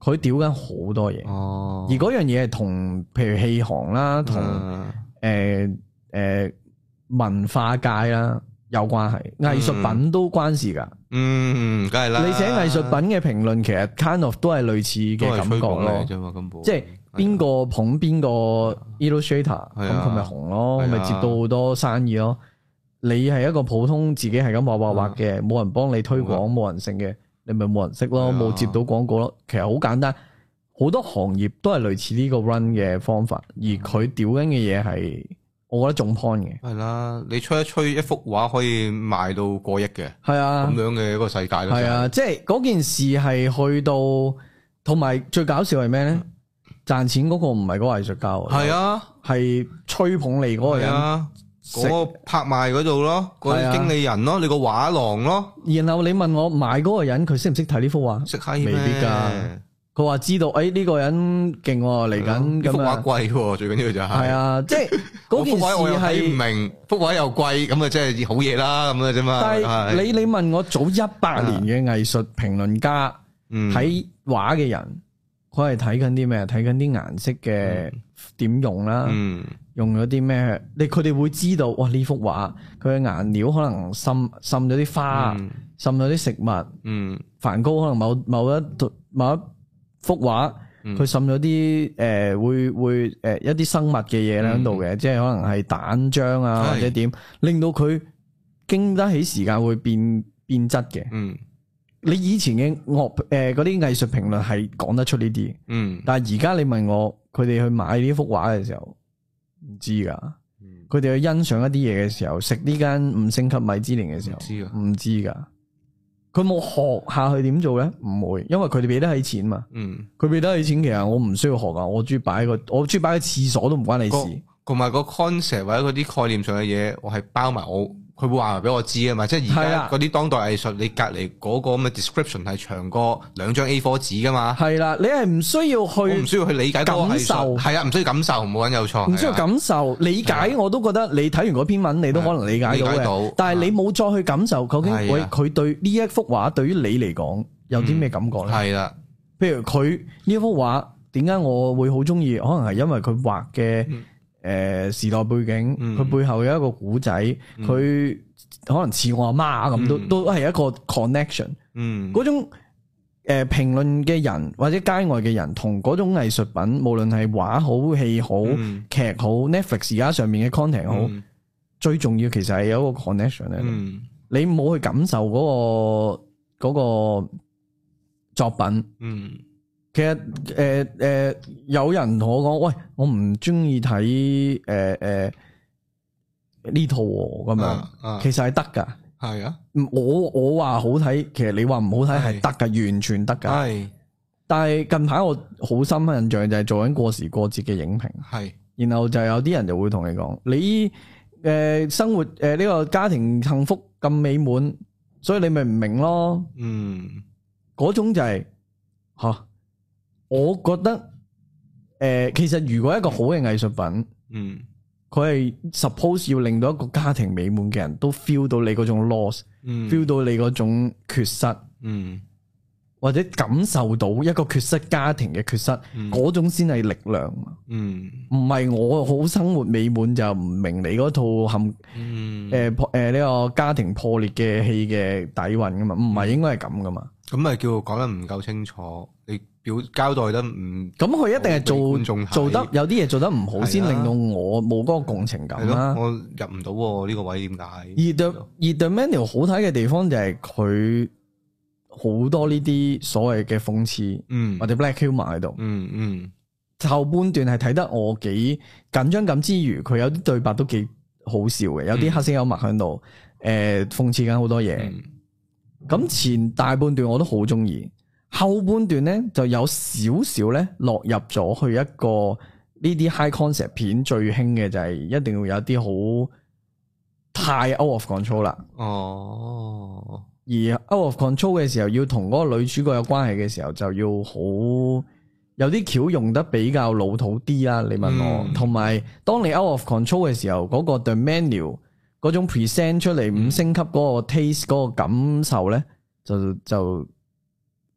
佢屌緊好多嘢。
哦
而嗰樣嘢係同譬如戲行啦，同
嗯
誒誒文化界啦有關係，藝術品都關事㗎。
嗯，梗係啦，
你寫藝術品嘅評論，其實 kind of 都係類似
都
嘅
係
感覺
吹捧
咯
嚟。啫嘛，根本
即係邊個捧邊個 illustrator，咁
啊
佢咪紅咯，
係啊
咪接到好多生意咯。你係一個普通自己係咁畫畫畫嘅，冇人幫你推廣，冇人識嘅，你咪冇人識咯，
嗯係啊
冇接到廣告咯。其實好簡單，好多行業都係類似呢個 run 嘅方法，而
嗯
佢屌緊嘅嘢係，我覺得中 point 嘅。
係啦，你吹一吹一幅畫可以賣到過億嘅
係啊，
咁樣嘅一個世界咯，
係啊，即係嗰件事係去到，同埋最搞笑係咩咧？賺錢嗰個唔係嗰個藝術家喎，
嗯真係，係啊，
係吹捧你嗰個
係
人。
啊，嗰個拍賣嗰度咯，嗰
係啊
啲經理人咯，你個畫廊咯，
然後你問我買嗰個人佢識唔識睇呢幅畫？
識閪咩
未必㗎佢話知道，誒、呢、個人勁喎，嚟緊
呢幅
咁
畫
啊，
貴喎，最緊要就係
係。啊，即係嗰件
我幅畫我又
事
睇唔
係。
明，幅畫又貴，咁啊真係好嘢啦，咁嘅啫嘛。
但
係
係你你問我早一百年嘅藝術評論家
嗯
睇畫嘅人，佢係睇緊啲咩？睇緊啲顏色嘅點用啦，
嗯
用咗啲咩？你佢哋會知道，哇！呢幅畫佢嘅顏料可能滲滲咗啲花，
嗯
滲咗啲食物。
嗯
梵高可能某某一度某一幅畫，
嗯
佢滲咗啲誒會會誒、一啲生物嘅嘢喺度嘅，即係可能係蛋漿啊
嗯係
或者點，令到佢經得起時間會變變質嘅。
嗯
你以前嘅樂誒嗰啲藝術評論係講得出呢啲，
嗯
但係而家你問我佢哋去買呢幅畫嘅時候，唔知㗎。
嗯
佢哋去欣賞一啲嘢嘅時候，食呢間五星級米芝蓮嘅時候，
唔知㗎啊
唔知㗎。佢冇學下去點做咧？唔會，因為佢哋俾得起錢嘛。
嗯，
佢俾得起錢，其實我唔需要學噶，我中意擺喺個，我中意擺喺廁所都唔關你
個
事。
同埋個 concept 或者嗰啲概念上嘅嘢，我係包埋我，佢會話埋俾我知啊嘛。即係而
係
家
啊
嗰啲當代藝術，你隔離嗰個咁嘅 description 係長過兩張 A4 紙噶嘛。
係啦，你係唔需要
我唔
去，
需要去理解嗰個藝術
感受
係啊，唔需要感受，冇人有錯，啊
唔需要感受理解，我都覺得你睇完嗰篇文，你都可能理解
理
到
解
嘅。
到，
但係你冇再去感受，究竟
係
佢
啊嗯
佢對呢一幅畫對於你嚟講有啲咩感覺咧？
係啦，
譬如佢呢一幅畫，點解我會好中意？可能係因為佢畫嘅
嗯
誒時代背景，佢、
嗯
背後有一個古仔，佢、可能似我阿媽咁，都
嗯
都係一個 connection。
嗯
嗰種誒評論嘅人或者街外嘅人，同嗰種藝術品，無論係畫好、戲好、
嗯
劇好、Netflix 而家上面嘅 content 好，
嗯
最重要其實係有一個 connection 喺度。
嗯
你冇去感受嗰、個嗰個作品。
嗯
其實誒誒、有人同我講，喂，我唔中意睇誒誒呢套喎咁樣，
啊啊
其實係得噶。
係啊。
唔我我話好睇，其實你話唔好睇係得噶，完全得噶。
系
但係近排我好深刻印象就係做緊過時過節嘅影評，
系
然後就有啲人就會同你講，你誒、生活誒呢、個家庭幸福咁美滿，所以你咪唔明咯。
嗯
嗰種就係、吓，我覺得誒、呃其實如果一個好嘅藝術品，
嗯
佢係 suppose 要令到一個家庭美滿嘅人都 feel 到你嗰種 loss，feel、
嗯
到你嗰種缺失，
嗯
或者感受到一個缺失家庭嘅缺失，
嗯
嗰、種先係力量。
嗯
唔係我好生活美滿就唔明你嗰套冚
嗯，
誒破誒呢個家庭破裂
嗯
嘅戲嘅底韻噶嘛，唔係應該係咁噶嘛？
咁咪叫講得唔夠清楚，你表交代得唔
咁佢一定係
好俾
做
觀眾睇
做得有啲嘢做得唔好，先
係啊
令到我冇嗰個共情
係
感啦
咯，。我入唔到喎呢個位點解？
而 The 而 The Menu 好睇嘅地方就係佢好多呢啲所謂嘅諷刺
嗯
或者 black humor 喺度。
嗯嗯
後半段係睇得我幾緊張感之餘，佢有啲對白都幾好笑嘅，有啲黑色幽默喺度，誒諷刺緊好多嘢。
嗯
咁前大半段我都好中意，後半段呢就有少少呢落入咗去一個呢啲 high concept 片最興嘅就係一定要有啲好太 out of control 啦。
哦，
而 out of control 嘅時候，要同嗰個女主角有關係嘅時候，就要好有啲橋用得比較老土啲啦。你問我
嗯，
同埋、當你 out of control 嘅時候，嗰、個對 menu 嗰種 present 出嚟五星級嗰個 taste 嗰個感受呢，就就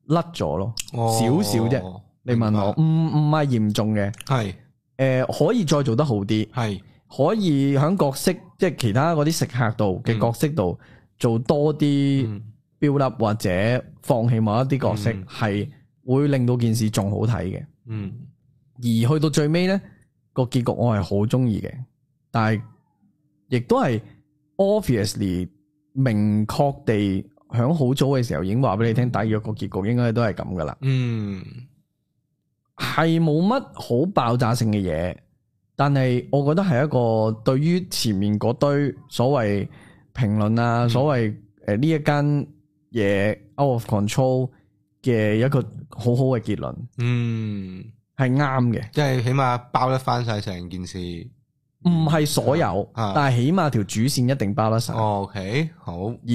甩咗咯。
哦
少少啫。你問我，唔唔係嚴重嘅，誒、
係
可以再做得好啲，
係
可以喺角色即係其他嗰啲食客度嘅角色度做多啲。
嗯
build up 或者放棄某一啲角色，
嗯
係、會令到件事仲好睇
嗯
嘅。而去到最尾呢個結局我係好中意嘅，但係亦都係 obviously 明確地響好早嘅時候已經話俾你聽，大約個結局應該都係咁噶啦，
嗯
係冇乜好爆炸性嘅嘢，但係我覺得係一個對於前面嗰堆所謂評論
嗯
啊，所謂誒呢一間嘢 out of control 嘅一個好好嘅結論
嗯，
係啱嘅，
即係起碼包得翻晒成件事。
唔係所有，
啊
但係起碼條主線一定包得晒。
哦 OK，好。
而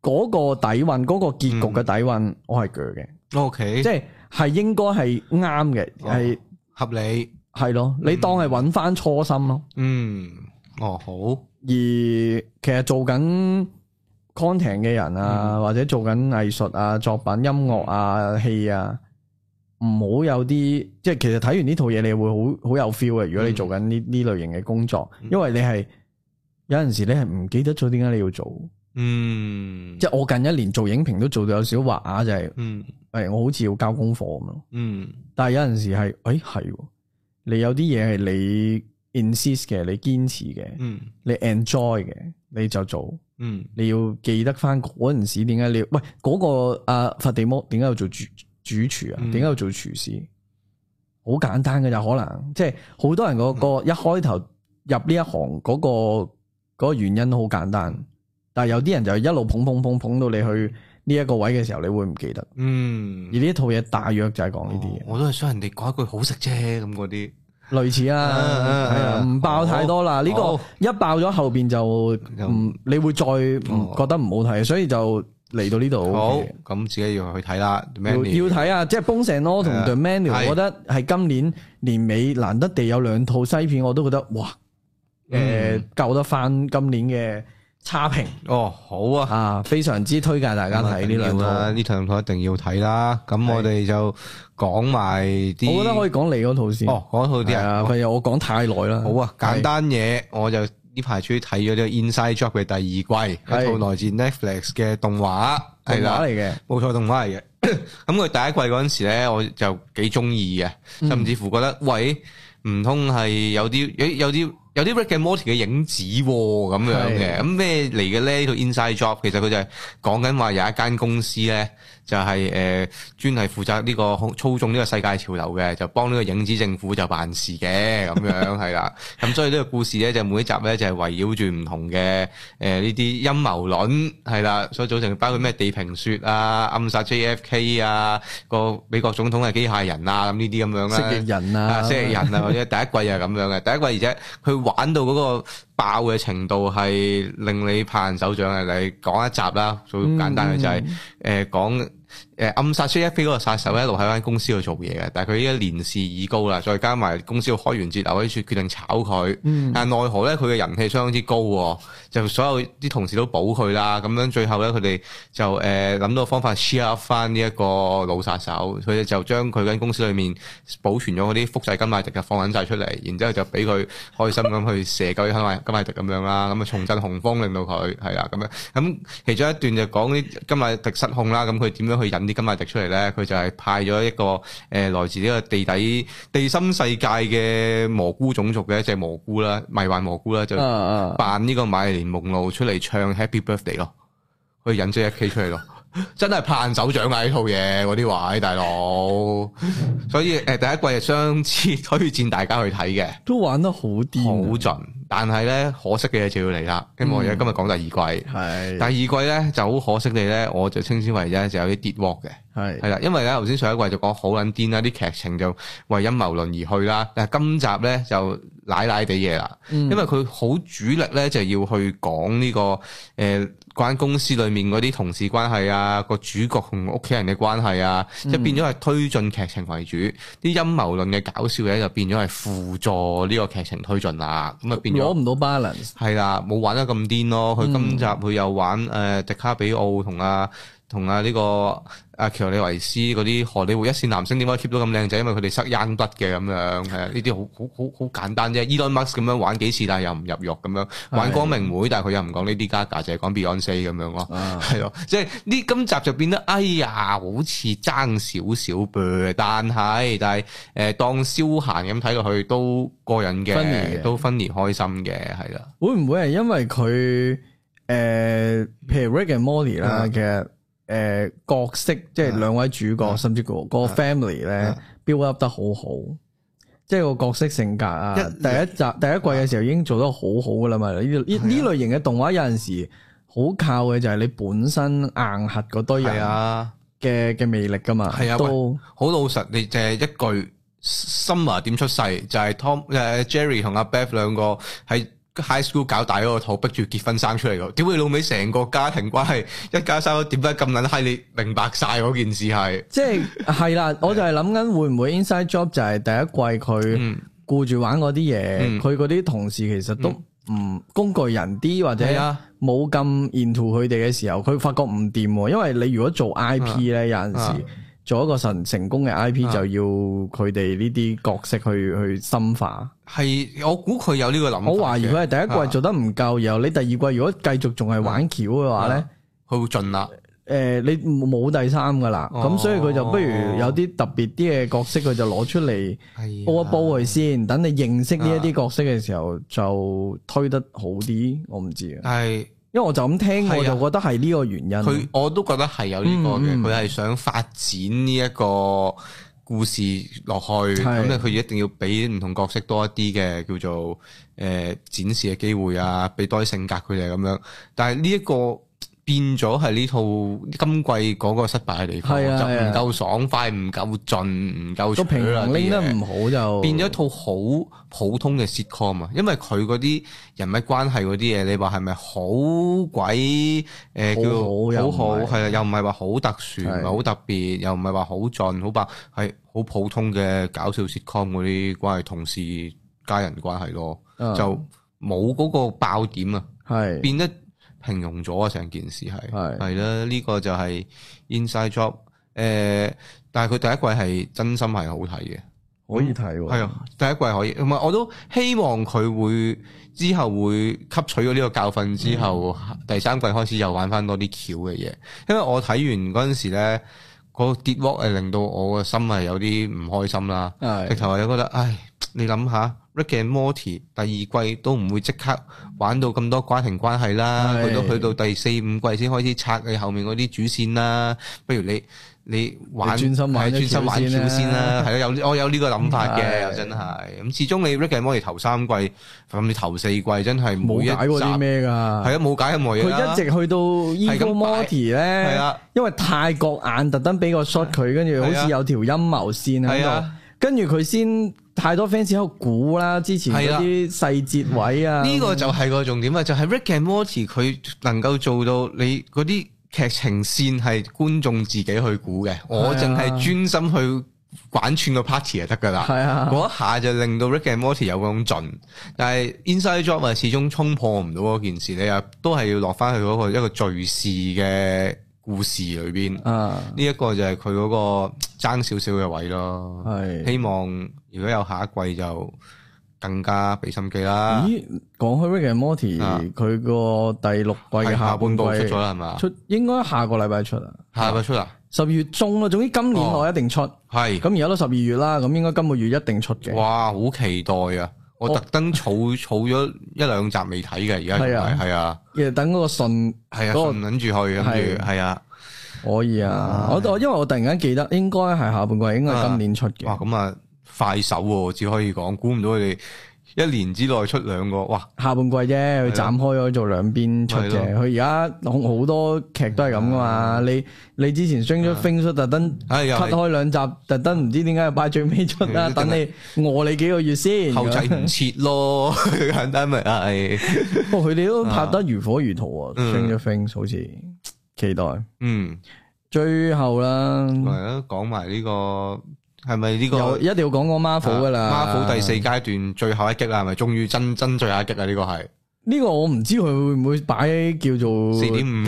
嗰個底運，嗰、個結
嗯
局嘅底運，我係鋸嘅，
O K，
即
即係
係係應該係啱嘅，
哦嗯
係
合理。
係咯，你當係揾翻初心咯。
嗯，哦好，
而其實做緊 content 嘅人啊，
嗯
或者做緊藝術啊、作品、音樂啊、戲啊，唔好有啲即係其實睇完呢套嘢，你會好好有 feel 嘅。如果你
嗯
做緊呢呢類型嘅工作，
嗯
因為你係有陣時你係唔記得咗點解你要做。
嗯，
即係我近一年做影評都做到有少畫牙，就係、
嗯
誒我好似要交功課咁咯。
嗯
但係有陣時係誒係喎，你有啲嘢係你 insist 嘅，你堅持嘅，
嗯
你 enjoy 嘅，你就做。
嗯
你要記得翻嗰陣時點解你要喂嗰、個啊佛地魔點解要做主主廚啊？
嗯
點解要做廚師？好簡單嘅咋，可能即係好多人嗰、個、
嗯
一開頭入呢一行嗰、個嗰個原因都好簡單，但係有啲人就一路捧捧捧捧到你去呢一個位嘅時候，你會唔記得。而
嗯，
呢一套嘢大約就係講呢啲嘢
哦，我都係想人哋講一句好食啫咁嗰啲。
類似啊，
啊啊啊
係啊，唔爆太多啦。呢個
好
一爆咗後邊就唔，你會再唔
哦
覺得唔好睇，所以就嚟到呢度 OK
好
嘅。，
咁自己要去睇啦。
要
Mandy
要睇啊！即係《Bones and All》同
係
《
啊
The Menu》，
係
我覺得係今年年尾難得地有兩套西片，我都覺得哇，誒
嗯
救得翻今年嘅差評
哦，好啊。
啊！非常之推介大家睇呢兩套
咁啊，呢兩套一定要睇啦。咁我哋就講埋啲，
我覺得可以講你嗰套先。
哦，講好啲
係啊，
啊。
佢又我講太耐啦。
好啊，簡單嘢我就呢排終於睇咗呢個 Inside Job 嘅第二季，
係
一套來自 Netflix 嘅動畫，
係
係
動畫
啦
嚟。嘅，
冇錯，動畫嚟嘅。 咁佢第一季嗰陣時咧，我就幾中意嘅，
嗯
甚至乎覺得喂，唔通係有啲有有啲有啲 Rick and Morty 嘅影子喎咁樣
係
嘅。咁咩嚟嘅咧？呢套 Inside Job 其實佢就係講緊話有一間公司咧，就係呃誒專係負責呢個控操縱呢個世界潮流嘅，就幫呢個影子政府就辦事嘅咁樣係啦。咁所以呢個故事咧，就每一集咧就係圍繞住唔同嘅誒呢啲陰謀論係啦，所以組成包括咩地平説啊、暗殺 JFK 啊、個美國總統係機械人啊咁呢啲咁樣啦。
蜥蜴人
啊，
啊，
蜥蜴人啊，或者第一季係咁樣嘅，第一季而且佢玩到嗰個爆嘅程度係令你拍人手掌嘅。你講一集啦，最簡單嘅就係誒講誒暗殺 JFK 嗰個殺手一路喺間公司度做嘢嘅，但係佢依家年事已高啦，再加埋公司要開完節流，跟住決定炒佢。
嗯
但係奈何咧，佢嘅人氣相當之高喎，就所有啲同事都保佢啦。咁樣最後咧，佢哋就誒諗、到個方法 share up 翻呢一個老殺手，佢哋就將佢間公司裏面保存咗嗰啲複製金馬值就放緊晒出嚟，然之後就俾佢開心咁去射鳩啲香港人金乃迪咁樣啦，咁啊重振雄風，令到佢係啦咁樣。咁其中一段就講啲金乃迪失控啦，咁佢點樣去引啲金乃迪出嚟咧？佢就係派咗一個誒、呃、來自呢個地底地心世界嘅蘑菇種族嘅一隻蘑菇啦，迷幻蘑菇啦，就
啊啊，
扮呢個瑪麗蓮夢露出嚟唱 Happy Birthday 咯，去引咗一 K 出嚟咯。 真係拍爛手掌啊！呢套嘢嗰啲位，大佬，所以誒、呃第一季係相似推薦大家去睇嘅。
都玩得好
好
癲啊，嗯
盡，但係咧可惜嘅嘢就要嚟啦。因為我而家今日講第二季，第
係
二季咧就好可惜地咧，我就稱之為咧就有啲跌鑊嘅，
係
係啦。因為咧頭先上一季就講好撚癲啦，啲劇情就為陰謀論而去啦。但係今集咧就奶奶地嘢啦，因為佢好主力咧就要去講呢、個誒。呃間公司裏面嗰啲同事關係啊，個主角同屋企人嘅關係啊，即係變咗係推進劇情為主，啲陰謀論嘅搞笑嘢就變咗係輔助呢個劇情推進啦，咁啊變咗
攞唔到 balance，
係啦，冇玩得咁癲咯。佢今集佢又玩誒、呃迪卡比奧同啊同啊呢個阿喬里維斯嗰啲荷里活一線男星點解 keep 到咁靚仔？因為佢哋塞 young blood 嘅咁樣，係啊呢啲好好好好簡單啫。Elon Musk 咁樣玩幾次，但係又唔入獄咁樣，玩光明會，但係佢又唔講呢啲 Gaga，就係講 Beyonce 咁樣咯。
啊
係咯，即係呢今集就變得，哎呀，好似爭少少噃，但係但係誒、呃、當消閒咁睇落去都過癮
分離
嘅，
嘅
都分離開心嘅，係啦。
會唔會係因為佢诶，譬如 Rick and Morty 啦
啊
嘅诶角色，即係兩位主角，甚至個個 family 咧
啊
build up 得好好，即係個角色性格啊。
一啊
第一集第一季嘅時候已經做得好好噶啦嘛。呢呢呢類型嘅動畫有陣時好靠嘅就係你本身硬核嗰堆
係
人
啊，
嘅嘅魅力噶嘛
係啊，
都
好老實，你就係一句 Summer 點出世，就係、Tom 誒、Jerry 同阿 Beth 兩個喺 high school 搞大嗰個肚，逼住結婚生出嚟嘅。屌你老味，成個家庭關係一家三口點解咁撚閪？你明白晒嗰件事係，
即係係啦。我就係諗緊會唔會 Inside Job 就係第一季佢。
嗯，
顧住玩嗰啲嘢，
嗯
佢嗰啲同事其實都唔工具人啲，或者
係啊
冇咁 into 佢哋嘅時候，佢發覺唔掂喎。因為你如果做 IP 咧，有陣時
啊
做一個成成功嘅 IP
啊
就要佢哋呢啲角色去去深化。
係我估佢有呢個諗法嘅。
我懷疑佢係第一
啊
季做得唔夠，然後你第二季如果繼續仲係玩橋嘅話咧
啊。佢會盡啦。
誒、呃你冇第三噶啦，咁、
哦
所以佢就不如有啲特別啲嘅角色，佢就攞出嚟
啊
煲一煲啊佢先，等你認識呢一啲角色嘅時候就推得好啲，我唔知啊，
但係
因為我就咁聽
係啊
我就覺得係呢個原因。啊
佢我都覺得係有呢個嘅，
嗯嗯
佢係、想發展呢一個故事落去，
係
咁咧佢一定要俾唔同角色多一啲嘅叫做誒、呃展示嘅機會啊，俾多啲性格佢哋咁樣。但係呢一個變咗係呢套今季嗰個失敗嘅地方，
係啊
就
係啊
唔夠爽快，唔夠盡，唔夠
個平衡
取
拎得
啦啲嘢啊
唔好就
變咗一套好普通嘅 sitcom 啊，因為佢嗰啲人物關係嗰啲嘢，你話係咪好鬼誒
好好又
叫
唔係
好好係啊？又唔係話好特殊，唔
係
係好特別，又唔係話好盡好白，係好普通嘅搞笑 sitcom 嗰啲關係，同事家人關係咯，
啊
就冇嗰個爆點啊，
係
變得平庸咗啊！成件事係
嗯係
係啦，呢個就係 inside job 誒，但係佢第一季係真心係好睇嘅。
可以睇喎。
係啊，第一季可以，同埋我都希望佢會之後會吸取咗呢個教訓之後，第三季開始又玩翻多啲橋嘅嘢。因為我睇完嗰陣時咧，嗰個跌鑊係令到我個心係有啲唔開心啦。直
係
頭係覺得，唉，你諗下《Rick and Morty》第二季都唔會即刻玩到咁多家庭關係啦，
係
去到去到第四五季先開始拆你後面嗰啲主線啦。不如你你玩
你專心玩
係
咗
專心玩
橋先啦
橋先 啦，係咯，有我有呢個諗法
係
嘅，又真係咁。始終你《Rick and Morty》頭三季甚至頭四季真係
冇
每一集
解過啲
係
咩㗎？
啊，冇解任何嘢
佢
啦
一直去到
咁
Evil
擺
Morty
係
咧
啊，
因為泰國眼特登俾個 shot 佢，跟住好
係啊
似有條陰謀線喺
係
度
啊。
跟住佢先太多 fans 喺度估啦，之前嗰啲細節位啊，
呢個就係個重點啊！就係、Rick and Morty 佢能夠做到你嗰啲劇情線係觀眾自己去估嘅，我淨係專心去玩串個 party 就得㗎
係
啦。
啊，
嗰一下就令到 Rick and Morty 有嗰種盡，但係 Inside Job 啊，始終衝破唔到嗰件事，你又都係要落翻去嗰個一個敘事嘅故事裏邊。
啊
呢一個就係佢嗰個爭少少嘅位咯。
係
希望如果有下一季就更加俾心機啦。
咦，講開 Rick and Morty，
啊
佢個第六季嘅
係
下半
部出
季啊
咗啦，係嘛？
出，應該下個禮拜出啊，
下個出啦，
十二月中咯。總之今年
哦
我一定出，咁
係
而家都十二月啦，咁應該今個月一定出嘅。
哇，好期待啊！我特登儲 儲咗一兩集未睇嘅，而家仲
係啊
係係啊，
其實等嗰個信
係啊，
嗰個
順撚住去，跟
係
住係啊，
可以啊，我我因為我突然間記得應該係下半季，應該係今年出
哇，
嘅。
咁啊快手喎，只可以講，估唔到佢哋一年之內出兩個，哇！
下半季啫，佢
咯
斬開咗做兩邊出
係
嘅。佢而家好好多劇都係咁噶嘛。你你之前 Stranger Things 都特登
唉，啊又
cut
係
開兩集，特登唔知點解要擺最尾出啦，
嗯
等你餓你幾個月先。
後 製唔切咯， 簡單咪哎係。
不哦過佢哋都拍得如火如荼啊
啊嗯
，Stranger Things 好似期待。
嗯，
最後啦，
咪咯，講埋呢個係咪呢個
又一定要講講 Marvel 噶啦。
啊 Marvel 第四階段最後一擊啦，係咪終於真真最後一擊啊？呢個係
呢個我唔知佢會唔會擺叫做
4.5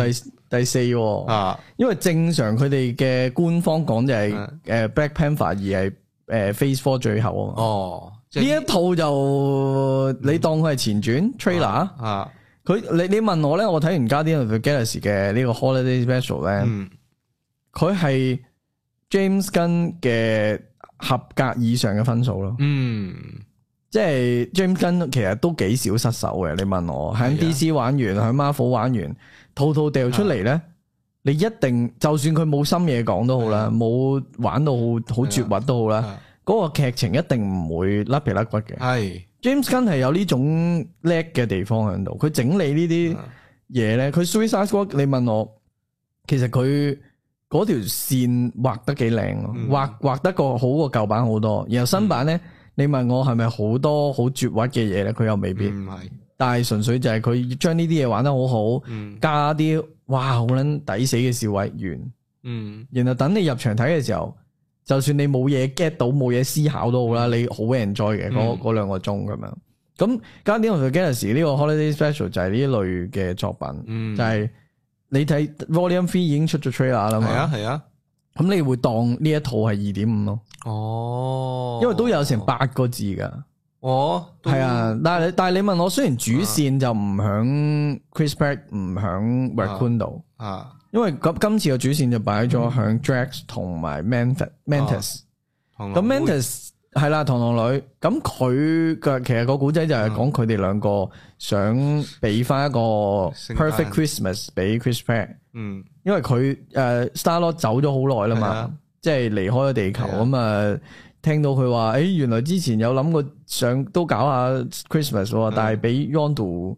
第第四喎、
啊，
因為正常佢哋嘅官方講就係
嗯
誒 Black Panther 而係誒 Phase Four 最後啊嘛。
哦，即嗯
呢
係
一套就你當佢係前傳 trailer，啊
啊，
佢你你問我咧，我睇完《Guardian of the Galaxy》嘅呢個 Holiday Special 咧，
嗯，
佢係 James Gunn 嘅合格以上嘅分數咯。
Ừ. 嗯，
即係 James Gunn 其實都幾少失手嘅，你問我
係啊啊
喺 DC 玩完，喺 Marvel 玩完，套套掉出嚟呢，你一定就算佢冇深嘢講都好
係
啦，冇玩到好好絕核都好啦，
啊
嗰個劇情一定唔會甩皮甩骨嘅。
係
James Gunn 係有呢種叻嘅地方喺度，佢整理呢啲
Ờ.
嘢呢，佢 Suicide Squad 你問我，其實佢嗰條線畫得幾靚咯
嗯，
畫畫得個好過舊版好多。然後新版呢，你問我係咪好多好絕核嘅嘢呢？佢又未必，
唔係，
但係純粹就係佢將呢啲嘢玩得好好，
嗯
加啲哇好撚抵死嘅笑位完，
嗯
然後等你入場睇嘅時候，就算你冇嘢 get 到，冇嘢思考都好啦，你好 enjoy 嘅嗰
嗯
嗰兩個鐘咁樣。咁《Guardians of the Galaxy》呢個 Holiday Special 就係呢類嘅作品。
嗯，
就係你睇 Volume Three 已經出咗 trailer 啦
係啊
嘛，
係啊，
咁你會當呢一套係二點五咯，
哦，
因為都有成，八個字噶，
哦，都
係，啊。但係但係你問我，雖然主線就唔響 Chris Pratt 唔響 Raccoon 度，
啊，
因為咁今次嘅主線就擺咗
嗯
響 Drax 同埋
啊
Mantis Mantis，
咁
咁 Mantis。係啦，螳螂女咁佢嘅其實個古仔就係
嗯
講佢哋兩個想俾翻一個
聖誕
perfect Christmas 俾 Chris Pratt，
嗯
因為佢誒 Starlord 走咗好耐啦
係啊
嘛，即係離開咗地球
係啊
咁啊，聽到佢話誒原來之前有諗過想都搞下 Christmas
嗯
喎，但係俾 Yondu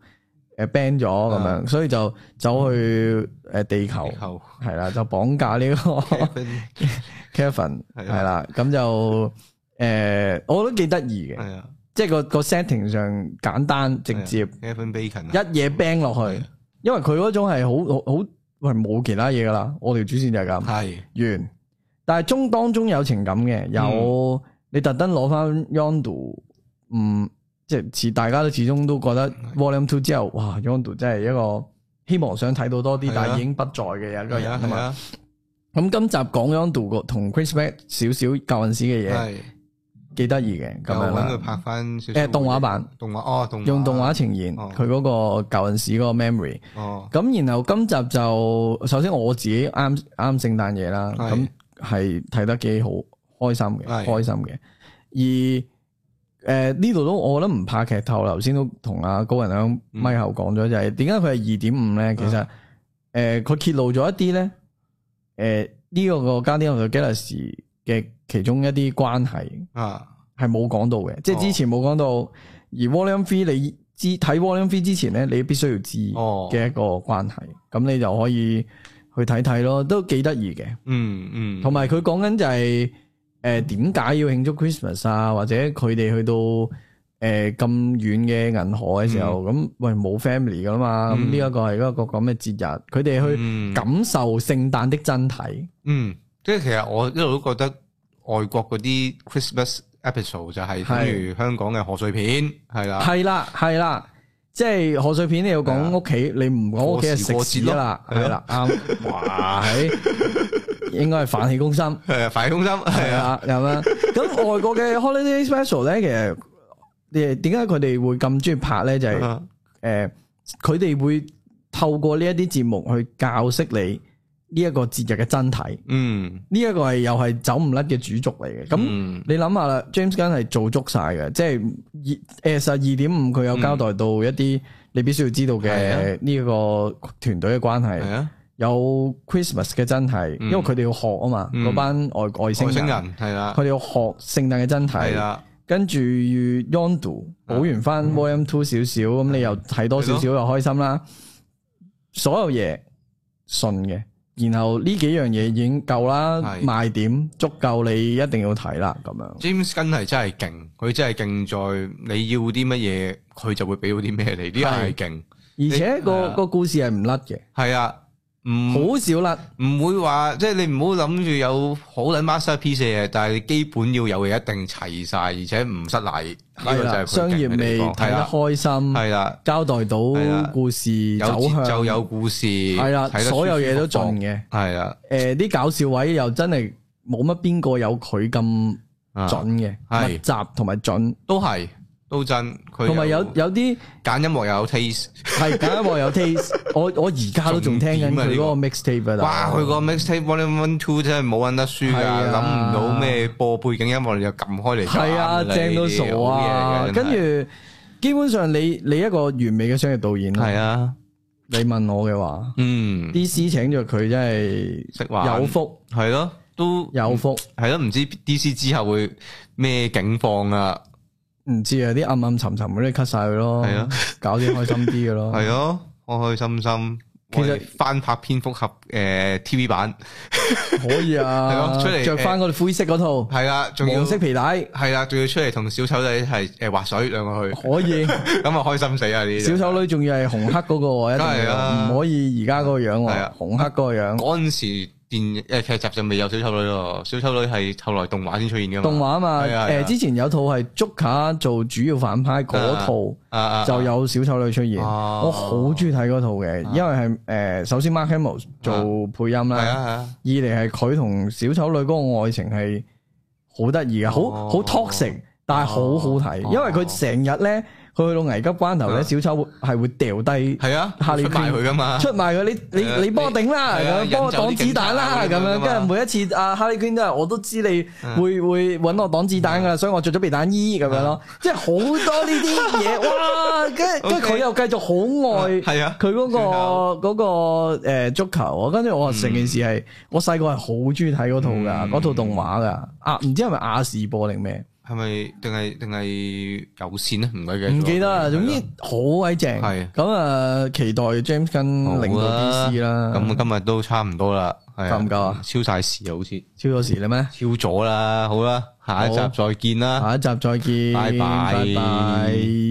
誒 ban 咗咁樣，所以就走去誒地球
地球
係啦，就綁 架呢個 Kevin
係啊
係啦，咁就誒我都幾得意嘅，
係啊，
即係個個 setting 上簡單直接。
Kevin Bacon 啊
一嘢 bang 落
係
去，因為佢嗰種係好好好，喂冇其他嘢噶啦，我條主線就係咁
係
完。但係中當中有情感嘅，
嗯
有、你特登攞翻 Yondu，嗯，即係似大家都始終都覺
嗯
得 Volume Two 之後，哇，Yondu 真係一個希望想睇到多啲
係啊，
但係已經不在嘅一個
係
人
啊
啊
係
嘛。
啊
咁今集講 Yondu 個同 Chris Pratt 少少舊陣時嘅嘢，
係。
幾得意嘅咁
又
樣
揾佢
啦。
拍翻少少
誒動畫版，
動畫哦，動畫
用動畫呈現
哦
佢嗰個舊陣時嗰個 memory。
哦，
咁然後今集就首先我自己啱啱聖誕夜啦，
係
咁係睇得幾好開心嘅，
係
開心嘅。而誒呢度都我覺得唔怕劇透啦，頭先都同阿高人響
嗯
咪後講咗，就係點解佢係二點五
啊
咧？其實誒佢揭露咗一啲咧，誒呢個個 Guardians of the Galaxy 嘅其中一啲關係
啊，
係冇講到嘅，即係
哦
之前冇講到。而 Volume Three 你知睇 Volume Three 之前咧，你必須要知。
哦，
嘅一個關係，咁你就可以去睇睇咯，都幾得意嘅。
嗯嗯，
同埋佢講緊就係誒點解要慶祝 Christmas 啊，或者佢哋去到誒咁遠嘅銀河嘅時候，咁、喂冇 family 噶啦嘛，咁
嗯
呢一個係一個咁嘅節日，佢哋去
去
感受聖誕的真體，
嗯，即係其實我一路都覺得外國嗰啲 Christmas episode 就係等於香港嘅賀歲片，係啦，
係啦係啦。即係賀歲片，你要
係啊
講屋企，你唔講屋企係
過時
食
過節
屎
咯
啦，
係
係
啊
啦，啱，哇，係應該係反氣攻心。
誒，反空心係
係
啊，
啊，咁啊，咁外國嘅 holiday special 咧，其實誒點解佢哋會咁中意拍咧？就係、
啊
诶，佢哋、會透過呢一啲節目去教識你呢一個節日嘅真體，
嗯，
呢、一個係又係走唔甩嘅主軸嚟嘅。咁、
嗯
你諗下啦，James Gunn 係做足晒嘅，即係二 S 二點五佢有交代到一啲你必須要知道
嗯係
嘅呢個團隊嘅關
系
係，
啊，
有 Christmas 嘅真係，
嗯
因為佢哋要學啊嘛，
嗯
嗰班外外星
外星
人，啊
人系啦
佢，哋要學聖誕嘅真
系
體，
啦，
跟住 Yondu
啊
補完翻
嗯
Volume Two 少少，咁你又睇多少少又開心啦，所有嘢信嘅。然後呢幾樣嘢已經夠啦，
係
賣點足夠你一定要睇啦，咁樣。
James Gunn 係真係勁，佢真係勁在你要啲乜嘢，佢就會俾到啲咩你，呢個係勁。
而且
係
個
啊
個故事係唔甩嘅，
係啊，唔
好少甩，
唔會話即係你唔好諗住有好撚 masterpiece 嘅嘢，但係你基本要有嘅一定齊晒，而且唔失禮。呢
係
個就係
啦，
佢
商業
勁嘅地
味
方
睇
係
得
啦，
開心，
係啦，
交代
係啦
到故事
有
走
節奏
向，
有故事，
係
係
啦，所有嘢都盡嘅。
係啊啦，
誒，啲搞笑位又真係冇乜邊個有佢咁
啊
準
係
嘅，密集同埋準，
都係都真。佢
同埋有有啲
揀音樂又有 taste，
係揀我有 taste，我我而家都仲聽緊
重點啊呢
佢
個
嗰個 mixtape 啊，
哇！佢個 mixtape Volume One Two 真係冇揾得輸
係
㗎，諗唔
啊
到咩播背景音樂你就撳開嚟就
係啊，
啱啦
正到
呢
傻
啲好
啊
嘢！嘅真
跟
係
住基本上你你一個完美嘅商業導演啦
係啊，
你問我嘅話。
嗯，
D.C. 請咗佢真係
識玩
有福
係咯，都
有福，
係咯，唔知 DC 之後會咩境況啊？
唔知啊啲暗暗沉沉嗰啲 cut 晒佢咯，
係啊，
搞啲開心啲嘅咯，
係咯，開開心心。
哦其實
我哋翻拍蝙蝠俠誒 TV 版
可以
係
啊，
咯出嚟
着翻嗰啲灰色嗰套
係啦，仲要
黃色皮帶
係啊啦，仲要出嚟同小丑仔係誒滑水兩個去，
可以，
咁啊開心死啊！呢啲
哦小
就
丑女仲要係紅黑嗰個喎，一定
梗係啊
要唔可以而家嗰個樣
係
喎
啊，
紅黑嗰個樣，
嗰陣時電誒劇集就未有小丑女咯，小丑女係後來動畫先出現噶嘛。
動畫啊嘛，
係啊係啊
誒之前有套係捉卡做主要反派嗰套。
啊啊
就有小丑女出現，
哦啊
我好中意睇嗰套嘅，因為係誒首先 Mark Hamill 做配音
係
啦，
啊係啊，
二嚟係佢同小丑女嗰個愛情係好得意嘅，好好
哦
toxic，但係好好睇，
哦
因為佢成日咧，佢去到危急關頭
啊
咧，小丑會係會掉低
係啊，
哈利
出賣佢噶嘛。
出賣佢，你
係啊
你你幫我頂啦，
你係啊
咁幫我擋子彈啦，
引走啲警察嗰啲
咁樣，
㗎嘛啊
跟住每一次啊哈利娟都係，我都知你會會揾我擋子彈噶
嗯
啦，所以我着咗避彈衣咁樣咯，即係好多呢啲嘢，哇！跟住跟
啊
住
OK
佢又繼續好愛。
係啊，
佢嗰、
小丑
個嗰、個、呃、足球，我跟住我話成件事係、我細個係好中意睇嗰套噶，
嗯
嗰、套動畫噶，啊唔知係咪亞視播定咩？
係咪定係定係有線咧？唔鬼記得咗啊
唔記得啦，總之
係咯
好鬼正。
係
咁啊，期待 James Gunn 領
好
導
啊
DC 啦。
咁今日都差唔多啦，係
夠唔夠啊？
超晒時啊，好似
超咗時啦咩？
超咗啦，好啦，下一集
好
再見啦。
下一集再見，
拜拜
拜拜